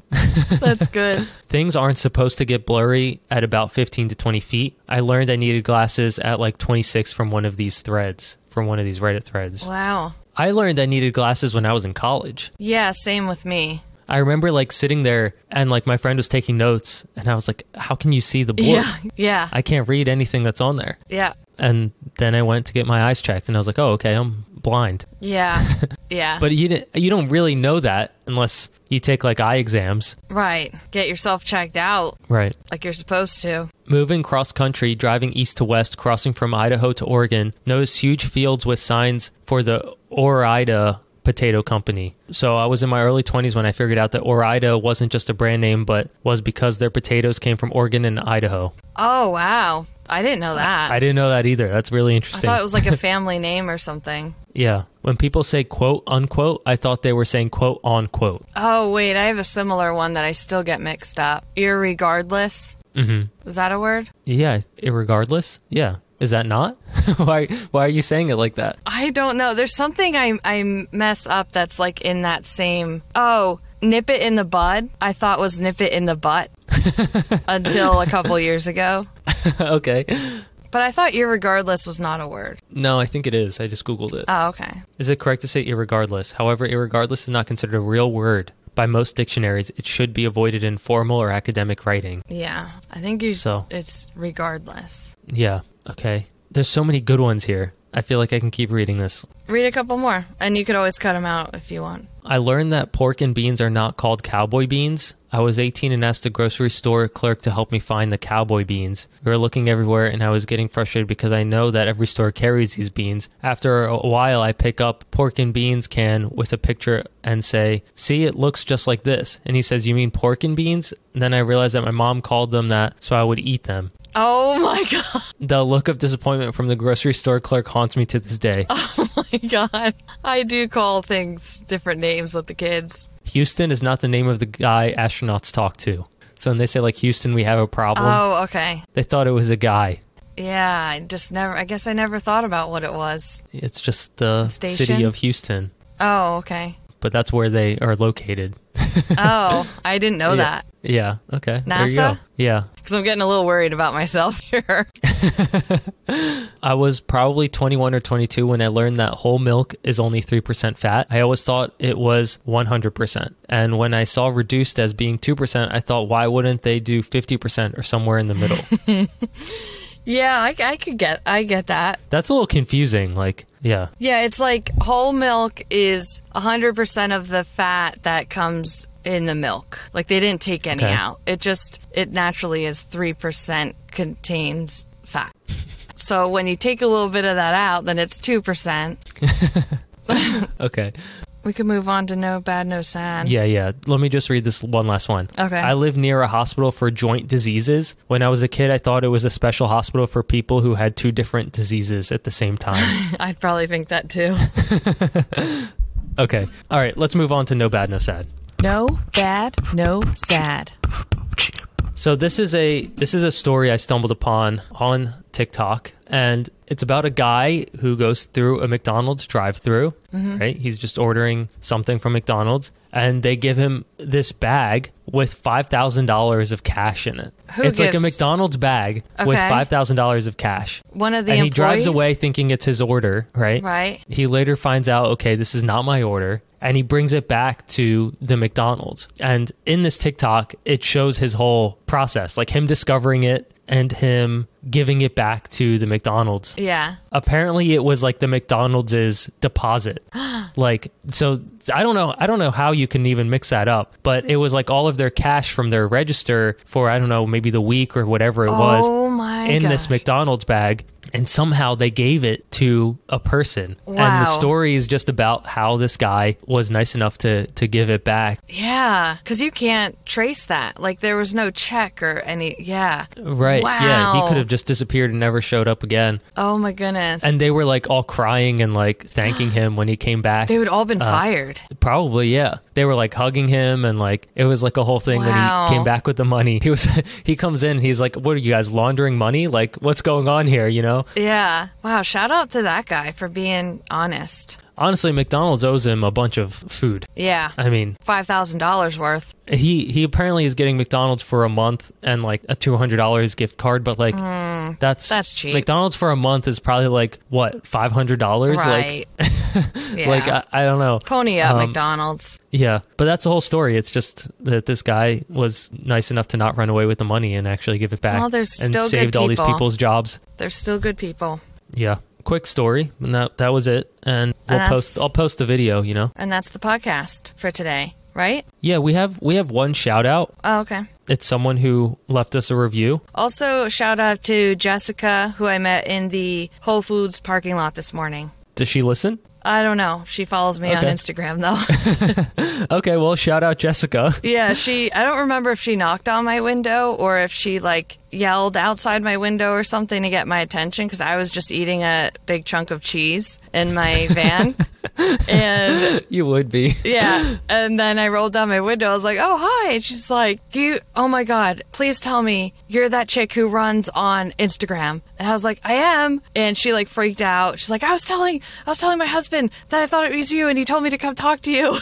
Speaker 1: *laughs*
Speaker 2: That's good.
Speaker 1: Things aren't supposed to get blurry at about 15 to 20 feet. I learned I needed glasses at like 26 from one of these threads, from one of these Reddit threads.
Speaker 2: Wow.
Speaker 1: I learned I needed glasses when I was in college.
Speaker 2: Yeah, same with me.
Speaker 1: I remember like sitting there and like my friend was taking notes and I was like, how can you see the board?
Speaker 2: Yeah. Yeah.
Speaker 1: I can't read anything that's on there.
Speaker 2: Yeah.
Speaker 1: And then I went to get my eyes checked and I was like, oh, okay, I'm blind.
Speaker 2: Yeah. Yeah.
Speaker 1: But you, didn't, you don't really know that unless you take like eye exams.
Speaker 2: right. Get yourself checked out
Speaker 1: Right.
Speaker 2: like you're supposed to.
Speaker 1: Moving cross country, driving east to west, crossing from Idaho to Oregon, noticed huge fields with signs for the Orida Potato Company. So I was in my early 20s when I figured out that Orida wasn't just a brand name, but was because their potatoes came from Oregon and Idaho.
Speaker 2: Oh, wow. I didn't know that.
Speaker 1: I didn't know that either. That's really
Speaker 2: Ah. I
Speaker 1: interesting.
Speaker 2: thought it was like a family name or something.
Speaker 1: yeah. When people say quote unquote, I thought they were saying quote on quote.
Speaker 2: Oh, wait. I have a similar one that I still get mixed up. Irregardless. Mm-hmm. Is that a word?
Speaker 1: Yeah. Irregardless. Yeah. Is that not? *laughs* why, why are you saying it like that? *laughs*
Speaker 2: I don't know. There's something I I mess up that's like in that same. Oh, nip it in the bud. I thought was nip it in the butt until a couple years ago.
Speaker 1: okay.
Speaker 2: But I thought irregardless was not a word.
Speaker 1: No, I think it is. I just Googled it.
Speaker 2: Oh, okay.
Speaker 1: Is it correct to say irregardless? However, irregardless is not considered a real word. By most dictionaries, it should be avoided in formal or academic writing.
Speaker 2: Yeah, I think you.
Speaker 1: So.
Speaker 2: it's regardless.
Speaker 1: Yeah, okay. There's so many good ones here. I feel like I can keep reading this.
Speaker 2: Read a couple more, and you could always cut them out if you want.
Speaker 1: I learned that pork and beans are not called cowboy beans. I was 18 and asked the grocery store clerk to help me find the cowboy beans. We were looking everywhere and I was getting frustrated because I know that every store carries these beans. After a while, I pick up pork and beans can with a picture and say, See, it looks just like this. And he says, You mean pork and beans? And then I realized that my mom called them that, so I would eat them.
Speaker 2: Oh *laughs* my god!
Speaker 1: The look of disappointment from the grocery store clerk haunts me to this day.
Speaker 2: My god! I do call things different names with the kids.
Speaker 1: Houston is not the name of the guy astronauts talk to. So when they say like Houston, we have a problem,
Speaker 2: Oh, okay.
Speaker 1: they thought it was a guy.
Speaker 2: Yeah, I just never. I guess I never thought about what it was.
Speaker 1: It's just the
Speaker 2: Station?
Speaker 1: city of Houston, *laughs*
Speaker 2: Oh, okay.
Speaker 1: but that's where they are located.
Speaker 2: Oh, I didn't know
Speaker 1: Yeah.
Speaker 2: that.
Speaker 1: Yeah. Okay. There you go.
Speaker 2: NASA?
Speaker 1: Yeah.
Speaker 2: Because I'm getting a little worried about myself *laughs* here.
Speaker 1: I was probably 21 or 22 when I learned that whole milk is only 3% fat. I always thought it was 100%. And when I saw reduced as being 2%, I thought, why wouldn't they do 50% or somewhere in the
Speaker 2: *laughs*
Speaker 1: middle?
Speaker 2: yeah, I, I could get, I get that.
Speaker 1: that's a little confusing. Like, yeah.
Speaker 2: Yeah, it's like whole milk is 100% of the fat that comes in the milk. Like they didn't take any
Speaker 1: Okay.
Speaker 2: out. It just, it naturally is 3% contains fat. *laughs* so when you take a little bit of that out, then it's 2%.
Speaker 1: Okay.
Speaker 2: We could move on to no bad, no sad.
Speaker 1: Yeah, yeah. Let me just read this one last one.
Speaker 2: Okay.
Speaker 1: I live near a hospital for joint diseases. When I was a kid, I thought it was a special hospital for people who had two different diseases at the same
Speaker 2: *laughs*
Speaker 1: time.
Speaker 2: I'd probably think
Speaker 1: *laughs*
Speaker 2: that too.
Speaker 1: okay. All right, let's move on to no bad, no sad.
Speaker 2: No bad, no sad.
Speaker 1: So this is a this is a story I stumbled upon on TikTok and It's about a guy who goes through a McDonald's drive-through,
Speaker 2: Mm-hmm.
Speaker 1: right? He's just ordering something from McDonald's and they give him this bag with $5,000 of cash in it.
Speaker 2: Who
Speaker 1: it's like a
Speaker 2: gives-
Speaker 1: McDonald's bag with
Speaker 2: Okay.
Speaker 1: $5,000 of cash.
Speaker 2: One of the
Speaker 1: and he
Speaker 2: employees
Speaker 1: drives away thinking it's his order, right?
Speaker 2: Right.
Speaker 1: He later finds out, okay, this is not my order, and he brings it back to the McDonald's. And in this TikTok, it shows his whole process, like him discovering it and him giving it back to the McDonald's.
Speaker 2: Yeah.
Speaker 1: Apparently, it was like the McDonald's deposit.
Speaker 2: *gasps*
Speaker 1: like, so I don't know, I don't know how you can even mix that up, but it was like all of their cash from their register for I don't know, maybe the week or whatever it was
Speaker 2: oh my
Speaker 1: in this
Speaker 2: gosh.
Speaker 1: McDonald's bag, and somehow they gave it to a person. And the
Speaker 2: Wow.
Speaker 1: story is just about how this guy was nice enough to to give it back.
Speaker 2: Yeah, because you can't trace that. Like there was no check or any. Yeah.
Speaker 1: Right?
Speaker 2: Wow.
Speaker 1: Yeah, he could have just disappeared and never showed up again.
Speaker 2: Oh my goodness.
Speaker 1: And they were like all crying and like
Speaker 2: *gasps*
Speaker 1: thanking him when he came back.
Speaker 2: they would all
Speaker 1: uh,
Speaker 2: been fired.
Speaker 1: Probably, yeah. They were like hugging him and like it was like a whole thing when
Speaker 2: Wow.
Speaker 1: he came back with the money. *laughs* He was he comes in, he's like, "What are you guys laundering money? Like what's going on here?" You know.
Speaker 2: Yeah. Wow. Shout out to that guy for being honest.
Speaker 1: Honestly, McDonald's owes him a bunch of food.
Speaker 2: Yeah.
Speaker 1: I mean,
Speaker 2: Five thousand dollars worth.
Speaker 1: he he apparently is getting McDonald's for a month and like a two hundred dollars gift card, but like that's
Speaker 2: Hmm. that's cheap.
Speaker 1: McDonald's for a month is probably like what five hundred dollars, *laughs*
Speaker 2: Right.
Speaker 1: like
Speaker 2: yeah.
Speaker 1: like I, I don't know,
Speaker 2: Pony up,
Speaker 1: um,
Speaker 2: McDonald's.
Speaker 1: yeah. But that's the whole story. It's just that this guy was nice enough to not run away with the money and actually give it back,
Speaker 2: Well, there's
Speaker 1: and
Speaker 2: still good
Speaker 1: saved all these
Speaker 2: people.
Speaker 1: people's jobs.
Speaker 2: They're still good people,
Speaker 1: Yeah, quick story, and that that was it. And we'll
Speaker 2: And
Speaker 1: post.
Speaker 2: that's-
Speaker 1: I'll post the video. You know,
Speaker 2: and that's the podcast for today. Right?
Speaker 1: yeah. We have we have one shout out.
Speaker 2: Oh, okay.
Speaker 1: It's someone who left us a review.
Speaker 2: Also, shout out to Jessica, who I met in the Whole Foods parking lot this morning.
Speaker 1: Does she listen?
Speaker 2: I don't know. She follows me on
Speaker 1: Okay.
Speaker 2: Instagram though.
Speaker 1: Okay, well, shout out Jessica. *laughs*
Speaker 2: Yeah, she. I don't remember if she knocked on my window or if she like yelled outside my window or something to get my attention because I was just eating a big chunk of cheese in my van. and
Speaker 1: You would be.
Speaker 2: *laughs* yeah, and then I rolled down my window. I was like, "Oh, hi!" And she's like, "You? Oh my God! Please tell me you're that chick who runs on Instagram." And I was like, "I am." And she like freaked out. She's like, "I was telling, I was telling my husband that I thought it was you, and he told me to come talk
Speaker 1: *laughs*
Speaker 2: to you."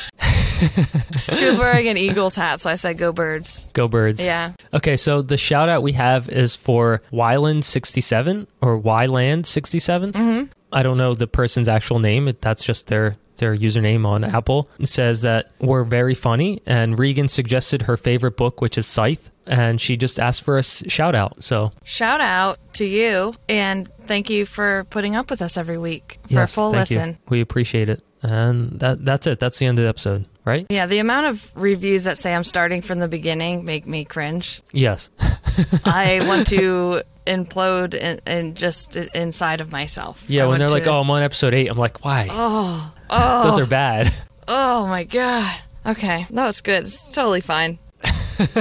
Speaker 2: she was wearing an Eagles hat, so I said, "Go birds."
Speaker 1: Go birds.
Speaker 2: Yeah.
Speaker 1: Okay, so the shout out we have is for Wyland67 or Wyland67. Mm-hmm. I don't know the person's actual name. It, that's just their their username on Apple. It says that we're very funny, and Regan suggested her favorite book, which is Scythe, and she just asked for a s- shout out. So
Speaker 2: Shout out to you, and thank you for putting up with us every week for
Speaker 1: yes,
Speaker 2: a full
Speaker 1: thank you.
Speaker 2: listen.
Speaker 1: we appreciate it. And that that's it. That's the end of the episode, right?
Speaker 2: Yeah, the amount of reviews that say I'm starting from the beginning make me cringe. *laughs*
Speaker 1: Yes.
Speaker 2: I want to implode and, and just i- inside of myself.
Speaker 1: Yeah.
Speaker 2: I
Speaker 1: when
Speaker 2: want
Speaker 1: they're like,
Speaker 2: to-
Speaker 1: "Oh, I'm on episode eight, I'm like, "Why? Those are bad." *laughs*
Speaker 2: oh my god." Okay, no, it's good. It's
Speaker 1: *laughs*
Speaker 2: totally fine.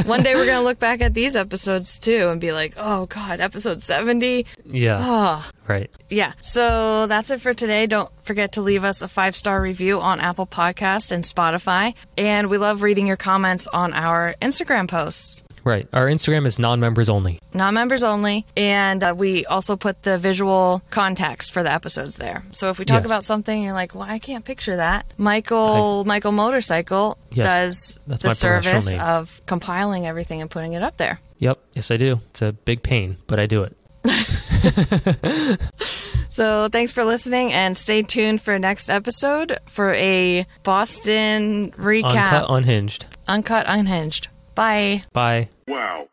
Speaker 2: One day we're gonna look back at these episodes too and be like, "Oh god, episode seventy.
Speaker 1: Yeah.
Speaker 2: Oh,
Speaker 1: Right.
Speaker 2: Yeah, so that's it for today. Don't forget to leave us a five star review on Apple Podcasts and Spotify. And we love reading your comments on our Instagram posts.
Speaker 1: Right. Our Instagram is non members only.
Speaker 2: Non members only. And uh, we also put the visual context for the episodes there. So if we talk
Speaker 1: Yes.
Speaker 2: about something, you're like, well, I can't picture that. Michael, Michael Motorcycle
Speaker 1: Yes.
Speaker 2: does
Speaker 1: That's
Speaker 2: the
Speaker 1: my professional
Speaker 2: service
Speaker 1: name.
Speaker 2: of compiling everything and putting it up there.
Speaker 1: Yep. Yes, I do. It's a big pain, but I do it.
Speaker 2: So thanks for listening and stay tuned for next episode for a Boston recap.
Speaker 1: Uncut, unhinged.
Speaker 2: Uncut Unhinged. Bye.
Speaker 1: Bye.
Speaker 3: Wow.